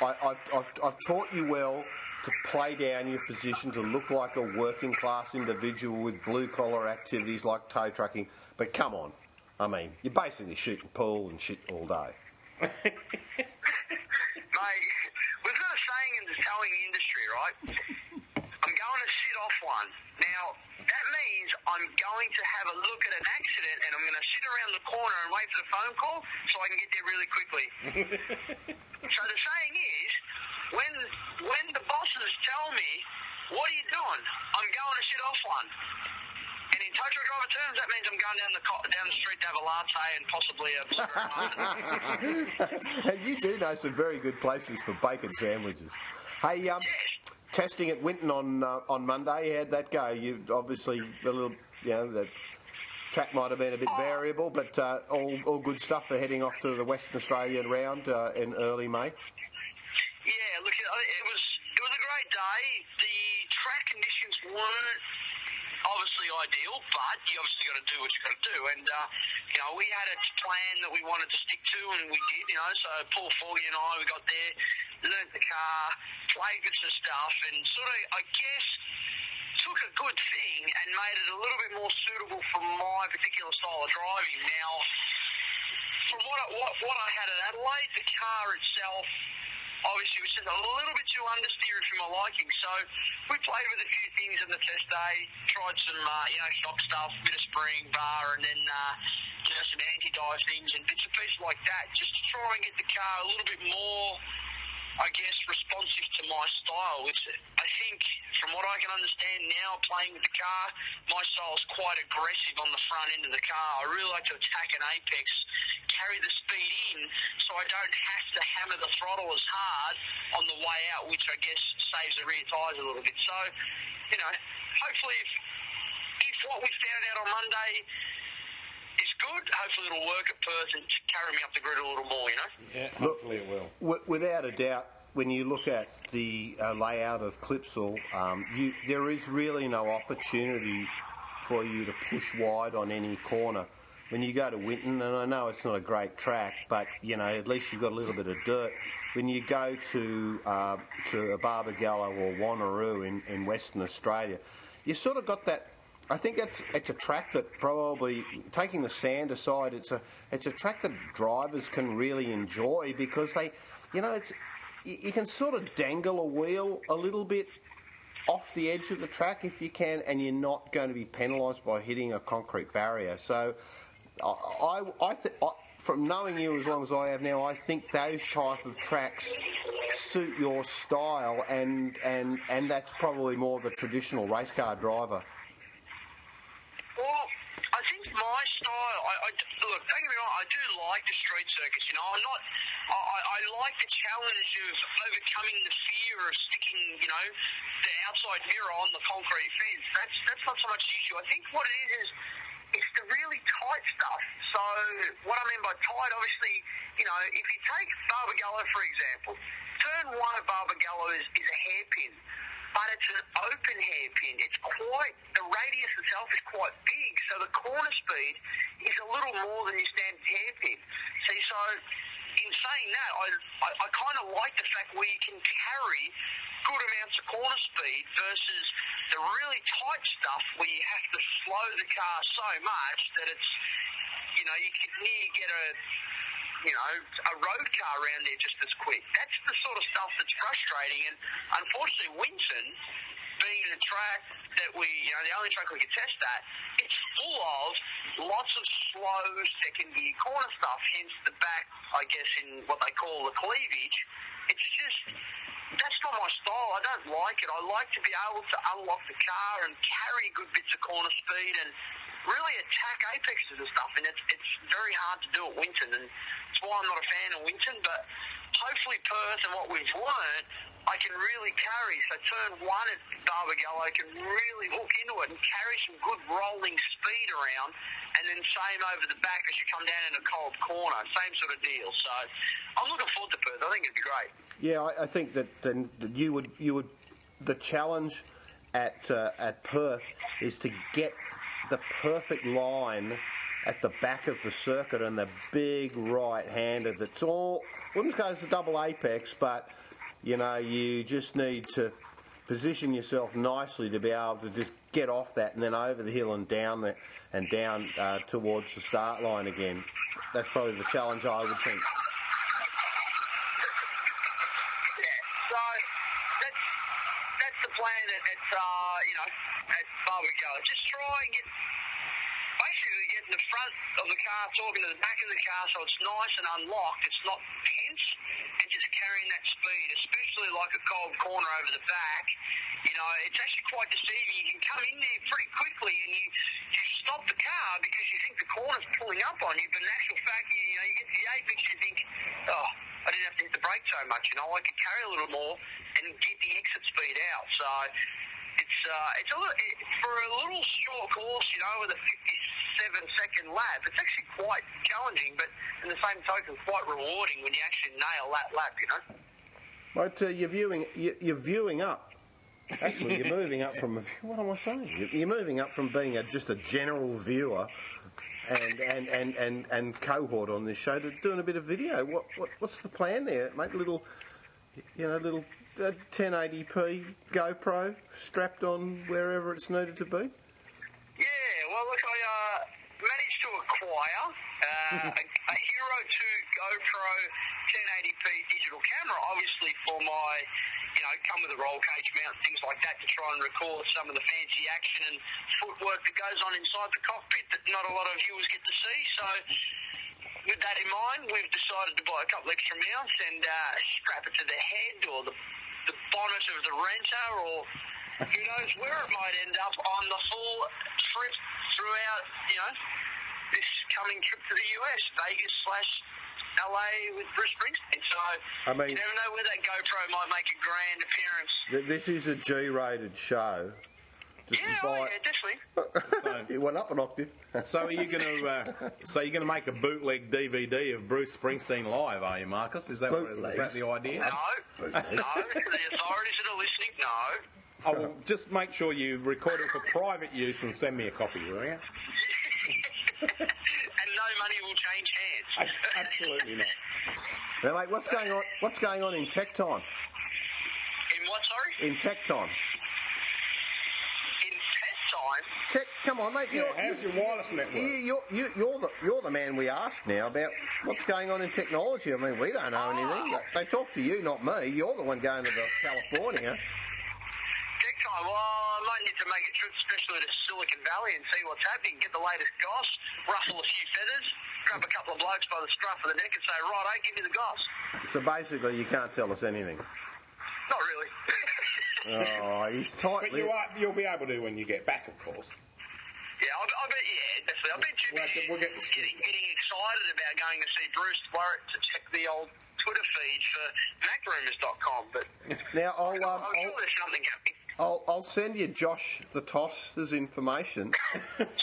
I, I, I've, I've taught you well to play down your position to look like a working class individual with blue collar activities like tow trucking. But come on, I mean, you're basically shooting pool and shit all day.
Mate, we've got a saying in the towing industry, right? I'm going to sit off one. Now, that means I'm going to have a look at an accident and I'm going to sit around the corner and wait for the phone call so I can get there really quickly. so the saying is, when when the bosses tell me, what are you doing? I'm going to sit off one. And in tow truck driver terms, that means I'm going down the co- down the street to have a latte and possibly a.
and you do know some very good places for bacon sandwiches. Hey, um, testing at Winton on uh, on Monday. How'd that go? You obviously a little, you know, the track might have been a bit variable, but uh, all all good stuff for heading off to the Western Australian round uh, in early May.
Yeah, look, it, uh, it was it was a great day. The track conditions weren't obviously ideal, but you obviously got to do what you got to do. And uh, you know, we had a plan that we wanted to stick to, and we did. You know, so Paul Forgy and I, we got there, learnt the car, played with some stuff, and sort of, I guess, took a good thing and made it a little bit more suitable for my particular style of driving. Now, from what I, what, what I had at Adelaide, the car itself obviously was just a little bit too understeery for my liking. So we played with a few things in the test day, tried some uh, you know shock stuff, bit of spring bar, and then uh, you know some anti-dive things and bits and pieces like that, just to try and get the car a little bit more. I guess responsive to my style, which I think, from what I can understand now, playing with the car, my style's quite aggressive on the front end of the car. I really like to attack an apex, carry the speed in, so I don't have to hammer the throttle as hard on the way out, which I guess saves the rear tyres a little bit. So, you know, hopefully, if, if what we found out on Monday is good, hopefully it'll work at Perth and carry me up the grid a little more, you know.
Yeah, hopefully it will.
W- without a doubt, when you look at the uh, layout of Clipsal, um, you, there is really no opportunity for you to push wide on any corner. When you go to Winton, and I know it's not a great track, but you know at least you've got a little bit of dirt. When you go to uh, to Abarbagallo or Wanneroo in, in Western Australia, you sort of got that I think it's it's a track that probably taking the sand aside, it's a it's a track that drivers can really enjoy because they, you know, it's you, you can sort of dangle a wheel a little bit off the edge of the track if you can, and you're not going to be penalised by hitting a concrete barrier. So, I I, I, th- I from knowing you as long as I have now, I think those type of tracks suit your style, and and and that's probably more of a traditional race car driver.
Well, I think my style. I, I, look, don't get me wrong. I do like the street circuits. You know, I'm not. I, I- I like the challenge of overcoming the fear of sticking. You know, the outside mirror on the concrete fence. That's that's not so much the issue. I think what it is is it's the really tight stuff. So what I mean by tight, obviously, you know, if you take Barbagallo for example, turn one of Barbagallo is, is a hairpin, but it's an open hairpin. It's quite the radius itself is quite big, so the corner speed is a little more than your standard hairpin. See, so in saying that, I I, I kind of like the fact where you can carry good amounts of corner speed versus the really tight stuff where you have to slow the car so much that it's you know you could near get a you know a road car around there just as quick. That's the sort of stuff that's frustrating, and unfortunately, Winton being the track that we you know the only track we could test that it's full of lots of slow second gear corner stuff. Hence the back, I guess, in what they call the cleavage. It's just that's not my style. I don't like it. I like to be able to unlock the car and carry good bits of corner speed and really attack apexes and stuff. And it's, it's very hard to do at Winton, and that's why I'm not a fan of Winton. But hopefully Perth and what we've learned, I can really carry. So turn one at Barbagallo can really hook into it and carry some good rolling speed around, and then same over the back as you come down in a cold corner. Same sort of deal. So I'm looking forward to Perth. I think it'd be great.
Yeah, I, I think that, then that you would you would the challenge at uh, at Perth is to get the perfect line at the back of the circuit and the big right-hander that's all wouldn't go as a double apex, but you know you just need to position yourself nicely to be able to just get off that and then over the hill and down the and down uh, towards the start line again. That's probably the challenge I would think.
Yeah, so that's that's the plant it at, uh, you know, at Barbacoa. Just try and get, basically get in the front of the car talking to the back of the car so it's nice and unlocked, it's not tense, and just carrying that speed, especially like a cold corner over the back. You know, it's actually quite deceiving. You can come in there pretty quickly and you, you stop the car because you think the corner's pulling up on you, but in actual fact, you, you know, you get to the apex, you think, oh, I didn't have to hit the brake so much, you know, I could carry a little more and get the exit speed out. So it's uh, it's a little, it, for a little short course, you know, with a 57 second lap, it's actually quite challenging, but in the same token, quite rewarding when you actually nail that lap, you know.
But uh, you're viewing, you- you're viewing up. Actually, you're moving up from. What am I saying? You- You're moving up from being a, just a general viewer and, and, and, and, and cohort on this show to doing a bit of video. What, what what's the plan there? Make a little, you know, little uh, 1080p GoPro strapped on wherever it's needed to be.
Yeah, well, look, I uh, managed to acquire uh, a, a Hero 2 GoPro 1080p digital camera, obviously for my, you know, come with a roll cage mount, things like that, to try and record some of the fancy action and footwork that goes on inside the cockpit that not a lot of viewers get to see. So, with that in mind, we've decided to buy a couple extra mounts and uh, strap it to the head or the, the bonnet of the renter or who knows where it might end up on the full trip throughout, you know, this coming trip to the US, Vegas slash LA with Bruce Springsteen. So
I mean-
you never know where that GoPro might make a grand appearance.
Th- This is a G-rated show. Just
yeah, oh, yeah, definitely.
it went up an octave.
So are you going to? Uh, so you're going to make a bootleg DVD of Bruce Springsteen live? Are you, Marcus? Is that what, is that the idea?
No, no.
uh,
the authorities that are listening, no.
I will just make sure you record it for private use and send me a copy, will you?
and no money will change hands.
Absolutely not.
Now, mate, what's going on? What's going on in tech time?
In what, sorry?
In tech time?
In tech time.
Tech, come on, mate.
Yeah,
you're-
how's
you-
your wireless network?
You, you're, you, you're the you're the man we asked now about what's going on in technology. I mean, we don't know anything. They, they talk to you, not me. You're the one going to the California.
Tech time. Well, I might need to make a trip, especially to Silicon Valley, and see what's happening. Get the latest goss, ruffle a few feathers, grab a couple of blokes by the scruff of the neck, and say, "Right, I give you the goss."
So basically, you can't tell us anything.
Not really.
Oh, he's tight.
But you are, you'll be able to when you get back, of course.
Yeah, I, I bet. Yeah, definitely. I bet you
we'll get
getting, getting excited about going to see Bruce Warwick to check the old Twitter feed for MacRumors.com, but
Now, I'll, um,
I'm sure there's something happening.
I'll, I'll send you Josh the Toss's information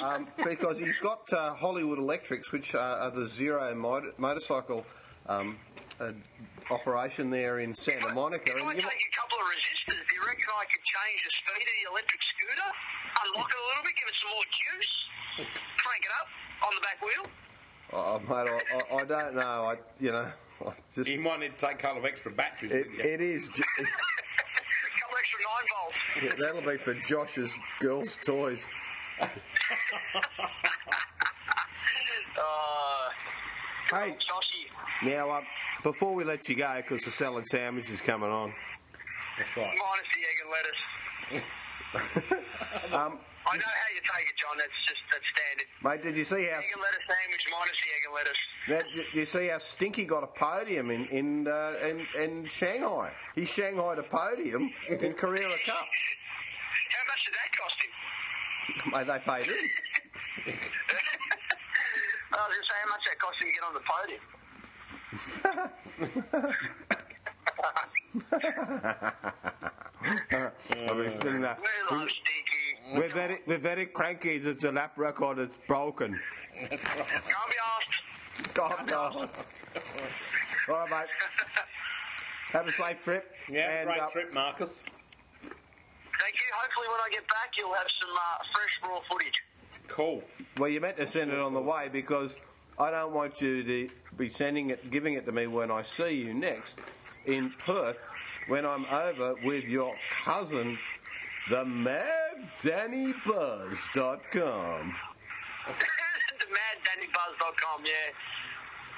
um, because he's got uh, Hollywood Electrics, which uh, are the zero mod- motorcycle um, uh, operation there in Santa Monica.
If I
And you,
take a couple of resistors, do you reckon I could change the speed of the electric scooter? Unlock it a little bit, give it some more juice, crank it up on the back wheel.
oh, mate, I, I, I don't know. I, you know, I just
You might need to take a couple of extra batteries.
it,
wouldn't you?
it is. ju-
couple extra nine volts.
That'll be for Josh's girls' toys.
Uh,
Hey,
Joshy.
Now, uh, before we let you go, because the salad sandwich is coming on.
That's right.
Minus the egg and lettuce.
Um,
I know how you take it, John. That's just that's standard.
mate, did you see how
Egg and lettuce sandwich minus the egg and lettuce.
Now, d- do you see how Stinky got a podium in in uh, in, in Shanghai? He shanghaied a podium in Carrera Cup.
How much did that cost him?
Mate, they paid him.
I was going to say how much that cost him to get on the podium.
I've been uh, sitting there.
We love Stinky.
We're very we're very cranky that the lap record is broken.
Can't be asked.
God no. All right, mate. Have a safe trip.
Yeah,
and,
great
uh,
trip, Marcus.
Thank you. Hopefully, when I get back, you'll have some uh, fresh raw footage.
Cool.
Well, you meant to send it on the way because I don't want you to be sending it, giving it to me when I see you next in Perth when I'm over with your cousin, the Mad Danny Buzz.com.
the maddannybuzz.com, yeah.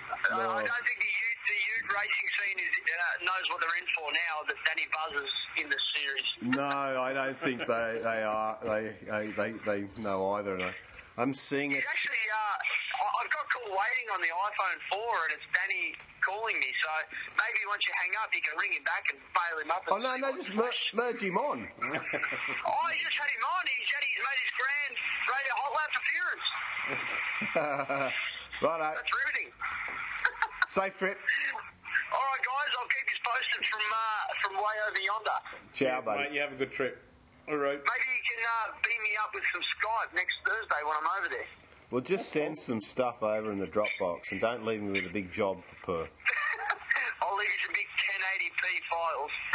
I, I
No.
don't think the, U- the ute racing scene is, uh, knows what they're in for now that Danny Buzz is in the series.
No, I don't think they, they are. They, they, they, they know either. And I, I'm seeing
It's
it.
actually, uh, I- I've got a call waiting on the iPhone 4 and it's Danny calling me, so maybe once you hang up, you can ring him back and bail him up.
Oh, no, no, just mer- merge him on.
Oh, he's just had him on. He's had he's made his grand radio whole lap appearance.
right,
That's riveting.
Safe trip.
All right, guys, I'll keep you posted from uh, from way over yonder.
Ciao, buddy.
mate. You have a good trip. All right.
Maybe you can uh, beam me up with some Skype next Thursday when I'm over there.
Well, just send some stuff over in the Dropbox and don't leave me with a big job for Perth.
I'll leave you some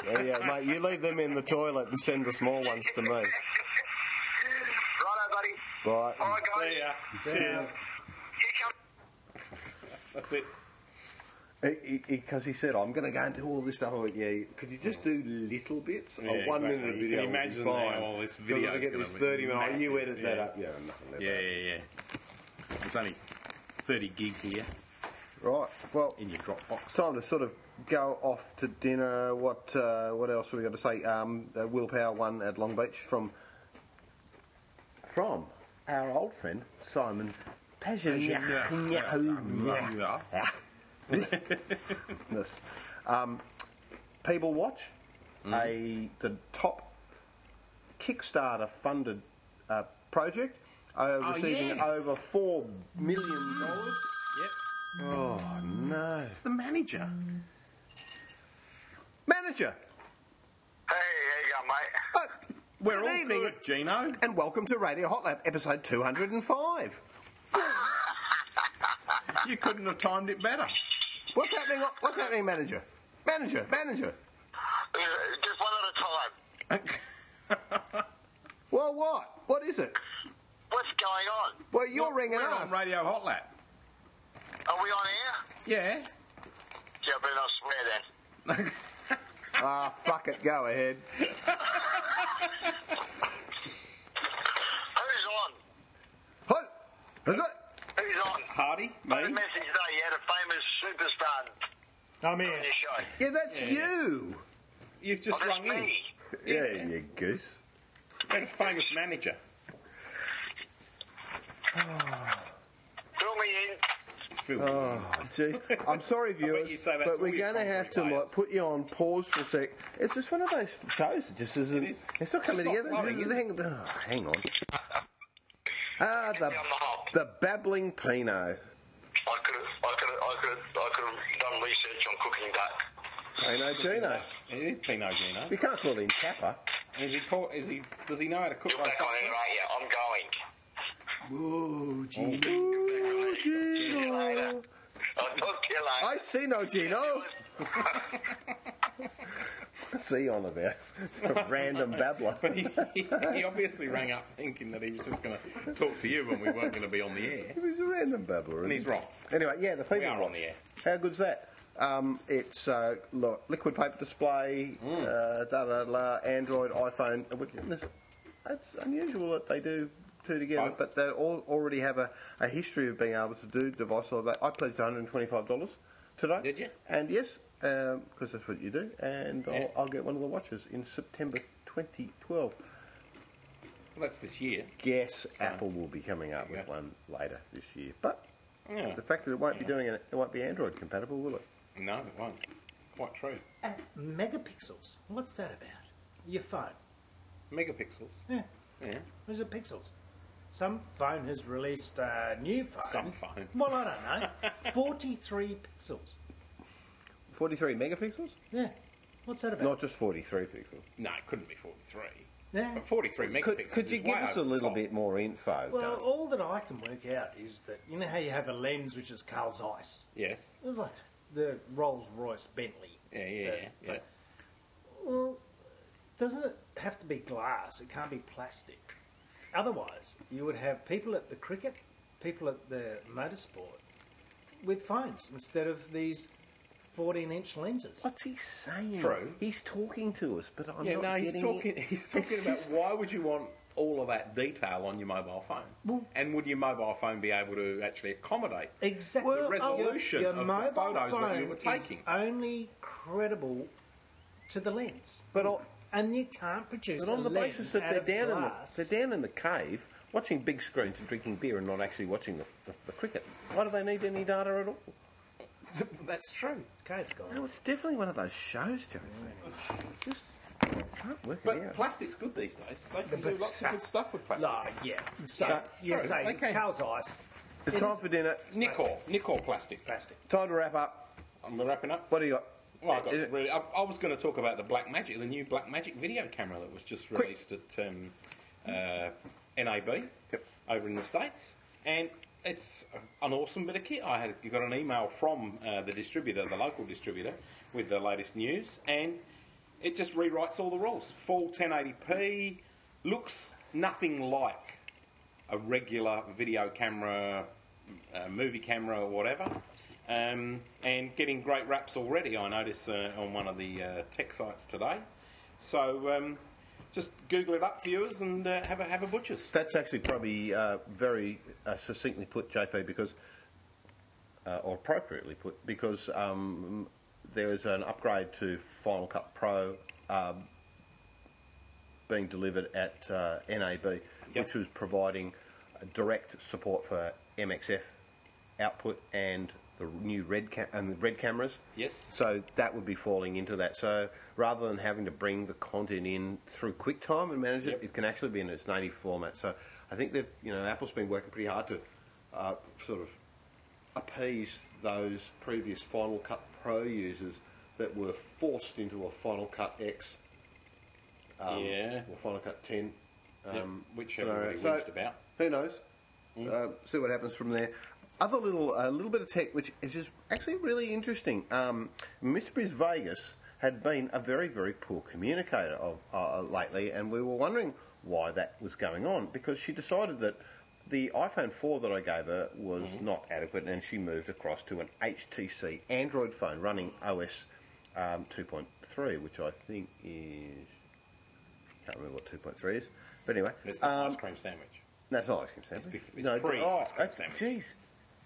big 1080p files.
Yeah, yeah, mate, you leave them in the toilet and send the small ones to me.
Righto, buddy.
Right.
All right, guys.
Cheers. That's it.
Because he, said, I'm going to go and do all this stuff. I went, yeah, could you just do little bits?
Yeah,
a one
exactly.
minute
You
video
can
would be
imagine
fine.
how all this
'Cause
video
I
is
get
gonna
this
be
30 minutes. You
massive,
edit that
yeah.
up. Yeah, nothing left.
Yeah, yeah, yeah. It's only 30 gig here.
Right. Well,
in your Dropbox.
It's time to sort of go off to dinner. What uh, what else have we got to say? Um, uh, Willpower one at Long Beach from from our old friend Simon Pezhenyak. This. Um, People Watch, Mm-hmm. a the top Kickstarter funded uh, project, uh,
Oh,
receiving
yes.
over four million dollars.
Yep.
Oh no! It's
the manager.
Manager.
Hey, how you going, mate?
We're good all evening. good,
Gino,
and welcome to Radio Hot Lab, episode two hundred and five.
you couldn't have timed it better.
What's happening? What, what's happening, manager? Manager, manager.
Uh, Just one at a time.
Well, what? What is it?
What's going on?
Well, you're ringing
We're
us.
on Radio Hot Lap.
Are we on air?
Yeah.
Yeah, but I swear then.
Ah, fuck it. Go ahead.
Who's on?
Who? Is it?
Who's on?
Hardy,
I had a message today. You had a famous superstar
I'm
on your show.
Yeah, that's
Yeah.
you.
You've just
Oh, that's
rung in.
me.
Yeah, you goose.
We had a famous manager.
Fill me in.
Phil.
Oh, gee. I'm sorry,
you
viewers,
say that's
but we're
all your
going to
concrete
have to like,
layers.
put you on pause for a sec. It's just one of those shows that just isn't.
is.
It's not
It's
coming
just not
together.
flowing, is it?
hang, oh, hang on. Ah, the, the babbling Pinot.
I could have, I could have, I could have, I could have done research on cooking duck.
Pinot Gino.
It is Pinot Gino.
You can't call him Tapper.
Is he caught? Is he? Does he know how to cook like
Back on air, aren't you? I'm going.
Whoa, Gino. Oh,
I'll talk to you later.
I see no Gino. see on about a random babbler.
But he, he, obviously rang up thinking that he was just going to talk to you when we weren't going to be on the air.
He was a random babbler.
And he's
isn't he?
wrong.
Anyway, yeah, the people
We are
watch.
on the air.
How good's that? Um, it's uh, look, liquid paper display,
Hmm.
uh, da da da, Android, iPhone. Uh, what- this- It's unusual that they do two together,
Both.
but they all already have a, a history of being able to do device like that. I pledged $125 today.
Did you?
And yes, because that's what you do. And
Yeah.
I'll, I'll get one of the watches in September 2012.
Well, that's this year.
Guess Apple will be coming up with one later this year, but
Yeah.
the fact that it won't be doing it, it won't be Android compatible, will it?
No, it won't. Quite true.
Uh, megapixels. What's that about? Your phone.
Megapixels.
Yeah.
Yeah.
Where's the pixels? Some phone has released a new phone.
Some phone.
Well, I don't know. 43 pixels.
43 megapixels?
Yeah. What's that about?
Not just 43 pixels.
No, it couldn't be 43.
Yeah.
But 43 megapixels.
Could, could you
is
give
way
us
over
a
the
little
top.
bit more info?
Well,
Dave?
all that I can work out is that you know how you have a lens which is Carl Zeiss,
Yes.
like the Rolls Royce Bentley.
Yeah, yeah,
Uh,
yeah. yeah.
Well, doesn't it have to be glass? It can't be plastic. Otherwise, you would have people at the cricket, people at the motorsport, with phones instead of these fourteen-inch lenses.
What's he saying?
True.
He's talking to us, but I'm
Yeah,
not
no, he's
getting it.
talking. He's talking
It's
about
just-
why would you want all of that detail on your mobile phone? and would your mobile phone be able to actually accommodate
Exactly.
the resolution
Your
of the
mobile
photos that you
phone
were
is
taking?
only credible to the lens.
But on,
and you can't produce.
But on
a
the
lens
basis that
out
they're
of
down, in the,
glass.
they're down in the cave watching big screens and drinking beer and not actually watching the, the, the cricket, why do they need any data at all?
That's true.
Cave's gone.
No, it's definitely one of those shows, Joe. Just can't work
But
it out.
plastic's good these days. They can do
But-
lots of good stuff with plastic.
No, Ah, yeah. So, you're
true,
saying
they
it's
can.
Carl's ice.
It's time for dinner.
Nicor, Nicor plastic. Plastic.
Time to wrap up.
I'm wrapping up.
What do you got?
Well, I, got
Is it-
really, I, I was going to talk about the Black Magic, the new Black Magic video camera that was just released at um, uh, NAB over in the States. And it's an awesome bit of kit. I had got an email from uh, the distributor, the local distributor, with the latest news, and it just rewrites all the rules. Full 1080p, looks nothing like a regular video camera, uh, movie camera, or whatever. Um, and getting great raps already, I notice uh, on one of the uh, tech sites today. So um, just Google it up, viewers, and uh, have a have a butchers.
That's actually probably uh, very uh, succinctly put, JP, because, uh, or appropriately put, because um, there is an upgrade to Final Cut Pro um, being delivered at uh, NAB, which was providing direct support for MXF output and the new red ca- and the red cameras.
Yes.
So that would be falling into that. So rather than having to bring the content in through QuickTime and manage it, it can actually be in its native format. So I think they've, you know, Apple's been working pretty hard to uh, sort of appease those previous Final Cut Pro users that were forced into a Final Cut X. Um,
Yeah.
Or Final Cut 10.
Yep,
Um,
which
scenario.
everybody
So-
whinged about. Mm.
who knows? Uh, see what happens from there. Other little, a little bit of tech, which is just actually really interesting. Um, Mysteries Vegas had been a very, very poor communicator of uh, lately, and we were wondering why that was going on because she decided that the iPhone 4 that I gave her was
Mm-hmm.
not adequate, and she moved across to an HTC Android phone running OS um, 2.3, which I think is can't remember what 2.3 is, but anyway,
It's not an
um,
ice cream sandwich.
that's not ice cream sandwich.
bef- it's pre-ice cream sandwich.
Jeez,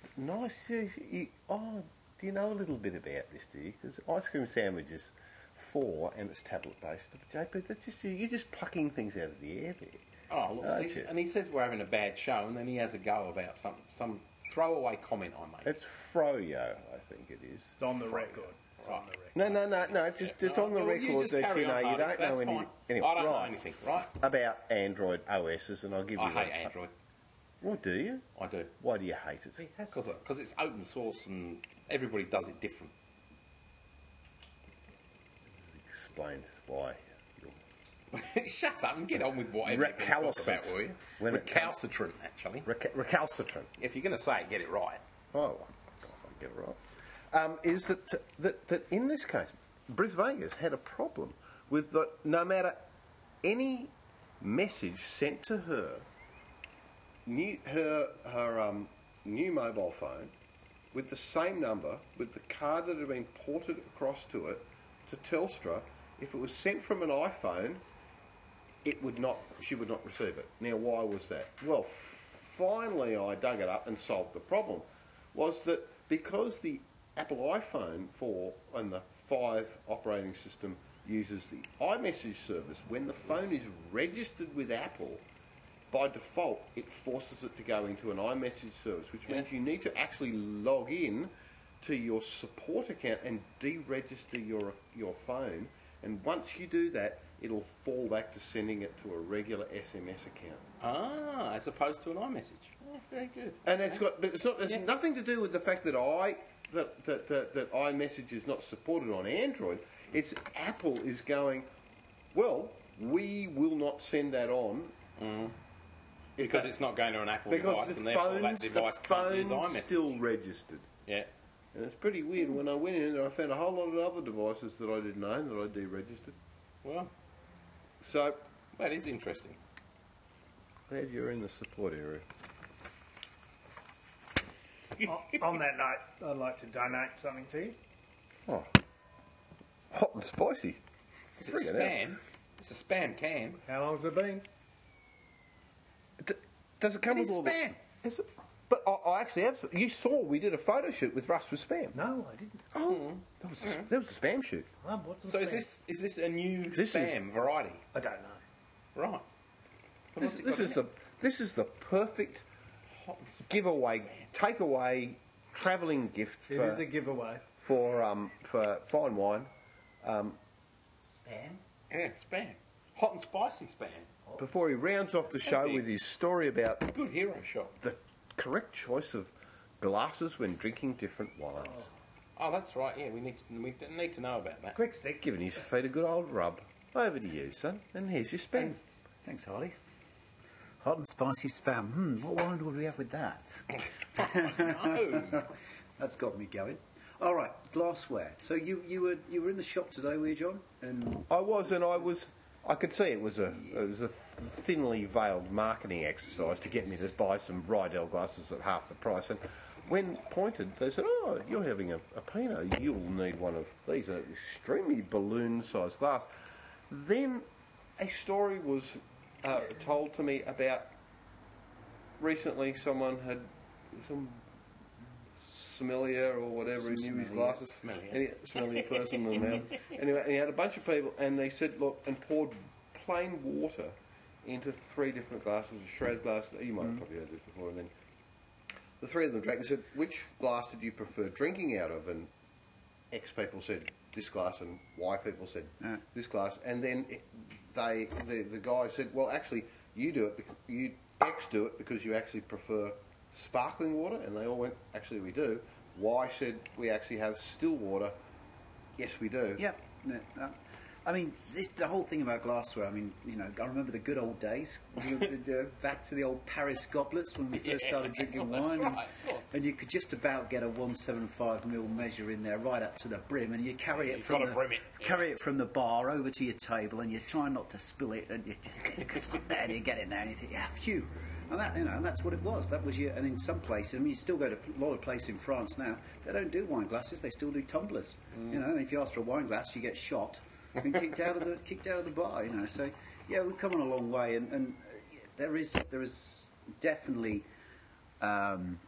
oh, nice. Jeez, you, oh, do you know a little bit about this, do you? Because ice cream sandwich is four and it's tablet based. JP, that's just you. You're just plucking things out of the air there.
Oh, look,
Aren't
see,
you?
and he says we're having a bad show, and then he has a go about some some throwaway comment I made.
It's froyo, I think it is.
It's on the record. It's on the record.
No, no, no, no. It's just it's on the
Well, you
record
just
that
carry
you know
on,
you
Hardy,
don't
that's
know any,
fine.
anyway,
I don't know
right,
anything, right?
About Android OSs, and I'll give
I
you.
hate
one.
Android.
Well, do you?
I do.
Why do you hate it?
Because uh, it's open source and everybody does it different.
Explain why.
Shut up and get on with whatever you're going to talk about,
Recalcitrant.
will you?
When it
recalcitrant, actually.
Reca- recalcitrant.
If you're going to say it, get it right.
Oh, I get it right. Um, is that, that that in this case, Bris Vegas had a problem with that no matter any message sent to her,
New, her her um, new mobile phone with the same number, with the card that had been ported across to it to Telstra, if it was sent from an iPhone,
it would not she would not receive it. Now, why was that? Well, finally, I dug it up and solved the problem. Was that because the Apple iPhone 4 and the 5 operating system uses the iMessage service, when the phone is registered with Apple, by default, it forces it to go into an iMessage service, which means you need to actually log in to your support account and deregister your your phone. And once you do that, it'll fall back to sending it to a regular SMS account.
Ah, as opposed to an iMessage. Oh, very good.
And it's got, but it's not. It's nothing to do with the fact that I that that that, that iMessage is not supported on Android. It's Apple is going. Well, we will not send that on. If
Because
that-
it's not going to an Apple
because
device,
the
and therefore that
phones- the
device can't use
phones
iMessage.
still registered.
Yeah.
And it's pretty weird. When I went in there, I found a whole lot of other devices that I didn't own that I deregistered.
Well,
So
that is interesting.
glad you're in the support area.
O- on that note, I'd like to donate something to you.
Oh, hot and spicy.
It's a
Bring it out.
spam. It's a spam can.
How long's it been?
Does it come
It
with
is
all the-
spam.
Is it?
But I, I actually have. You saw we did a photo shoot with Russ with spam.
No, I didn't.
Oh, that was a, that was a spam shoot.
Um, what's the
So is
spam?
this is this a new
This
spam
is-
variety?
I don't know.
Right. So
This,
what's it
this
got
is
in
the
it?
this is the perfect giveaway, takeaway, travelling gift.
It
for-
is a giveaway.
for um, for fine wine. Um,
Spam?
Yeah, spam. Hot and spicy spam.
before he rounds off the show with his story about
good hero shot,
the correct choice of glasses when drinking different wines,
Oh, that's right. Yeah, we need to, we d- need to know about that.
Quick stick.
giving his feet a good old rub. Over to you, son, and here's your spin.
Thanks, Harley. Hot and spicy spam. Hmm, what wine would we have with that?
Oh.
That's got me going. All right, glassware. So you, you were you were in the shop today, were you, John? And
I was, and I was. I could see it was a it was a th- thinly veiled marketing exercise to get me to buy some Rydell glasses at half the price. And when pointed, they said, "Oh, you're having a, a Pinot. You'll need one of these, an extremely balloon-sized glass." Then a story was uh, told to me about recently someone had some smellier or whatever he knew his
Sommelier.
glasses
Sommelier.
any smelly person in the mouth. Anyway, and he had a bunch of people, and they said, "Look," and poured plain water into three different glasses of Shiraz glass. You might
Mm-hmm.
have probably heard this before. And then the three of them drank. They said, "Which glass did you prefer drinking out of?" And X people said this glass, and Y people said this glass. And then it, they, the, the guy said, "Well, actually, you do it. Because you X do it because you actually prefer sparkling water." And they all went, "Actually, we do." Y said, "We actually have still water." Yes, we do.
yeah, no, no. I mean, this the whole thing about glassware. I mean, you know, I remember the good old days. You know, back to the old Paris goblets when we first
Yeah,
started drinking
that's
wine.
right, of course.
and you could just about get a 175 mil measure in there, right up to the brim, and you carry it
You've
from
gotta
the
brim it, yeah.
carry it from the bar over to your table, and you try not to spill it, and you just it's like that, and you get in there, and you think, yeah, phew. And that, you know, that's what it was. That was your, and in some places, I mean, you still go to a lot of places in France now. They don't do wine glasses; they still do tumblers.
Mm.
You know, if you ask for a wine glass, you get shot and kicked out of the kicked out of the bar. You know, so yeah, we've come on a long way, and, and uh, yeah, there is there is definitely um,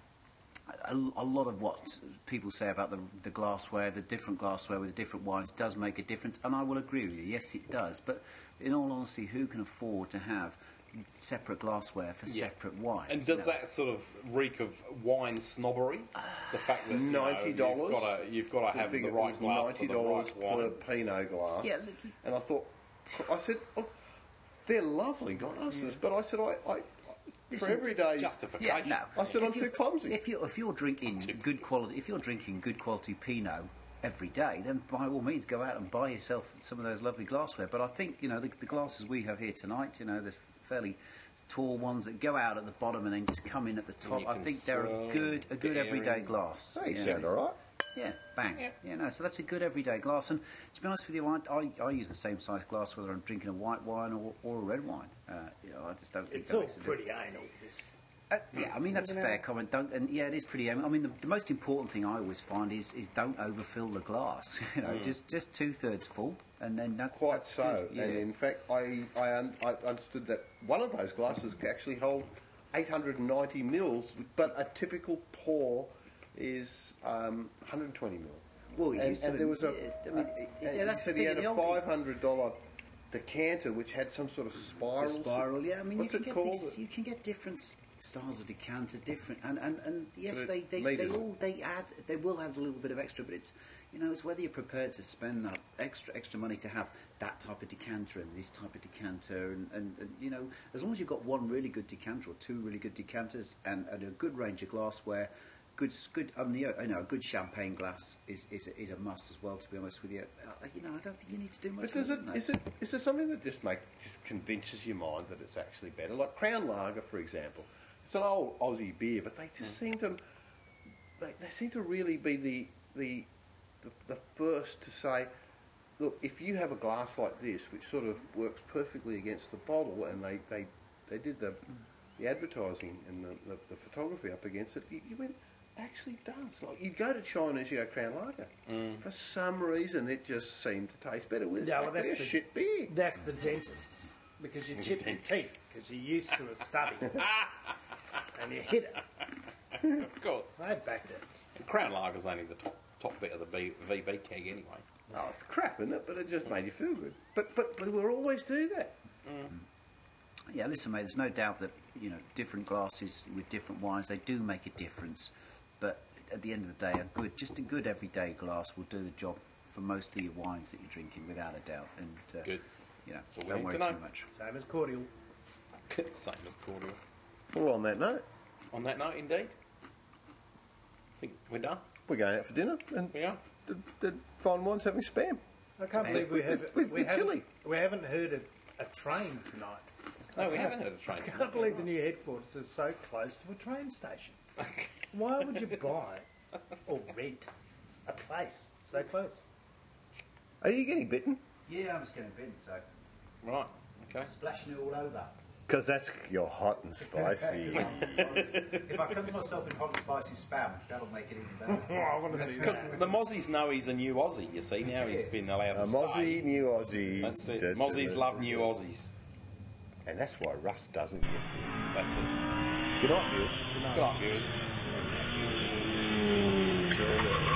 a, a lot of what people say about the, the glassware, the different glassware with the different wines does make a difference, and I will agree with you. Yes, it does. But in all honesty, who can afford to have separate glassware for
Yeah.
separate wines?
And does
No.
that sort of reek of wine snobbery? The fact that you know,
Ninety
you've
dollars.
got to you've got to have the right glass for
Ninety
the
dollars
right
per
wine.
Pinot glass.
Yeah, look, you-
and I thought, I said, oh, they're lovely glasses, but I said, I, I for
Listen,
everyday
Yeah, no.
I said, I'm
If you-
too clumsy.
If you're if you're drinking good quality, if you're drinking good quality Pinot every day, then by all means go out and buy yourself some of those lovely glassware. But I think you know the, the glasses we have here tonight, you know, the fairly tall ones that go out at the bottom and then just come in at the
you
top. I
can
think they're
swirl
a good a
and
good
air
everyday
in.
glass.
Hey,
Yeah.
sound all right.
Yeah, bang. Yeah. no, so that's a good everyday glass. And to be honest with you, I, I, I use the same size glass whether I'm drinking a white wine or, or a red wine. Uh, you know, I just don't think
It's
that
all
makes a difference.
pretty anal, this.
Uh, yeah, I mean that's a fair comment. Don't, and yeah, it is pretty. I mean, the, the most important thing I always find is, is don't overfill the glass. You know, just just two thirds full, and then that's
Mm. Quite
that's
so.
good, yeah.
And in fact, I, I, un, I understood that one of those glasses can actually hold 890 mils, but a typical pour is um, 120 mil.
Well, you
and,
used to-
and there was a.
yeah, I mean,
a-
yeah,
he
that's
said
the
he
thing,
had a
the old-
$500 decanter which had some sort of spiral.
The spiral. Yeah, I mean
what's
you can
it
get
called?
these, you can get different s- styles of decanter, different, and and, and yes,
But it
they they, they
meters it.
all they add they will add a little bit of extra, but it's you know it's whether you're prepared to spend that extra extra money to have that type of decanter and this type of decanter, and, and, and you know as long as you've got one really good decanter or two really good decanters and, and a good range of glassware. Good, s- good. Um, the, you know, a good champagne glass is, is, a- is a must as well. To be honest with you, uh, you know, I don't think you need to do much.
But is
more
it,
than that.
is it is there something that just make just convinces your mind that it's actually better? Like Crown Lager, for example, it's an old Aussie beer, but they just seem to they, they seem to really be the, the the the first to say, look, if you have a glass like this, which sort of works perfectly against the bottle, and they they, they did the the advertising and the, the, the photography up against it, you, you went. Actually, does like you go to China's, you go Crown Lager. For some reason, it just seemed to taste better with
Yeah,
yeah,
well, that's
a
the-
shit beer.
That's the dentist's. because you chipped your teeth because you're used to a stubby, and you hit it.
Of course.
I backed it.
And Crown Lager's only the top, top bit of the B, VB keg anyway.
Oh, it's crap, isn't it? But it just made you feel good. But but we will always do that.
Yeah, listen, mate. There's no doubt that you know different glasses with different wines they do make a difference, but at the end of the day, a good, just a good everyday glass will do the job for most of your wines that you're drinking, without a doubt. And uh,
Good.
you know,
That's all we
don't
need to
worry too
know.
much.
Same as cordial.
Same as cordial.
Well, on that note,
On that note, indeed. I think we're done.
we're going out for dinner, and
yeah,
the, the fine wine's having spam.
I can't
And
believe we
with-
have
with-
we
with
haven't,
chili.
we haven't heard of a train tonight.
No, we
I can't-
haven't heard of a train
I can't
tonight.
believe the new headquarters is so close to a train station. Why would you buy or rent a place so close?
Are you getting bitten?
Yeah, I was going to bin, so
Right. Okay.
splashing it all over.
Because that's your hot and spicy.
if I cover myself in hot and spicy spam, that'll make it even better.
Because the Mozzies know he's a new Aussie, you see. Now he's been allowed to
A
stay.
Mozzie, new Aussie.
That's it.
Da- da-
Mozzies
da-
love new Aussies.
And that's why Russ doesn't get bitten.
That's it.
Good night, viewers.
Good night, viewers.
Sure do.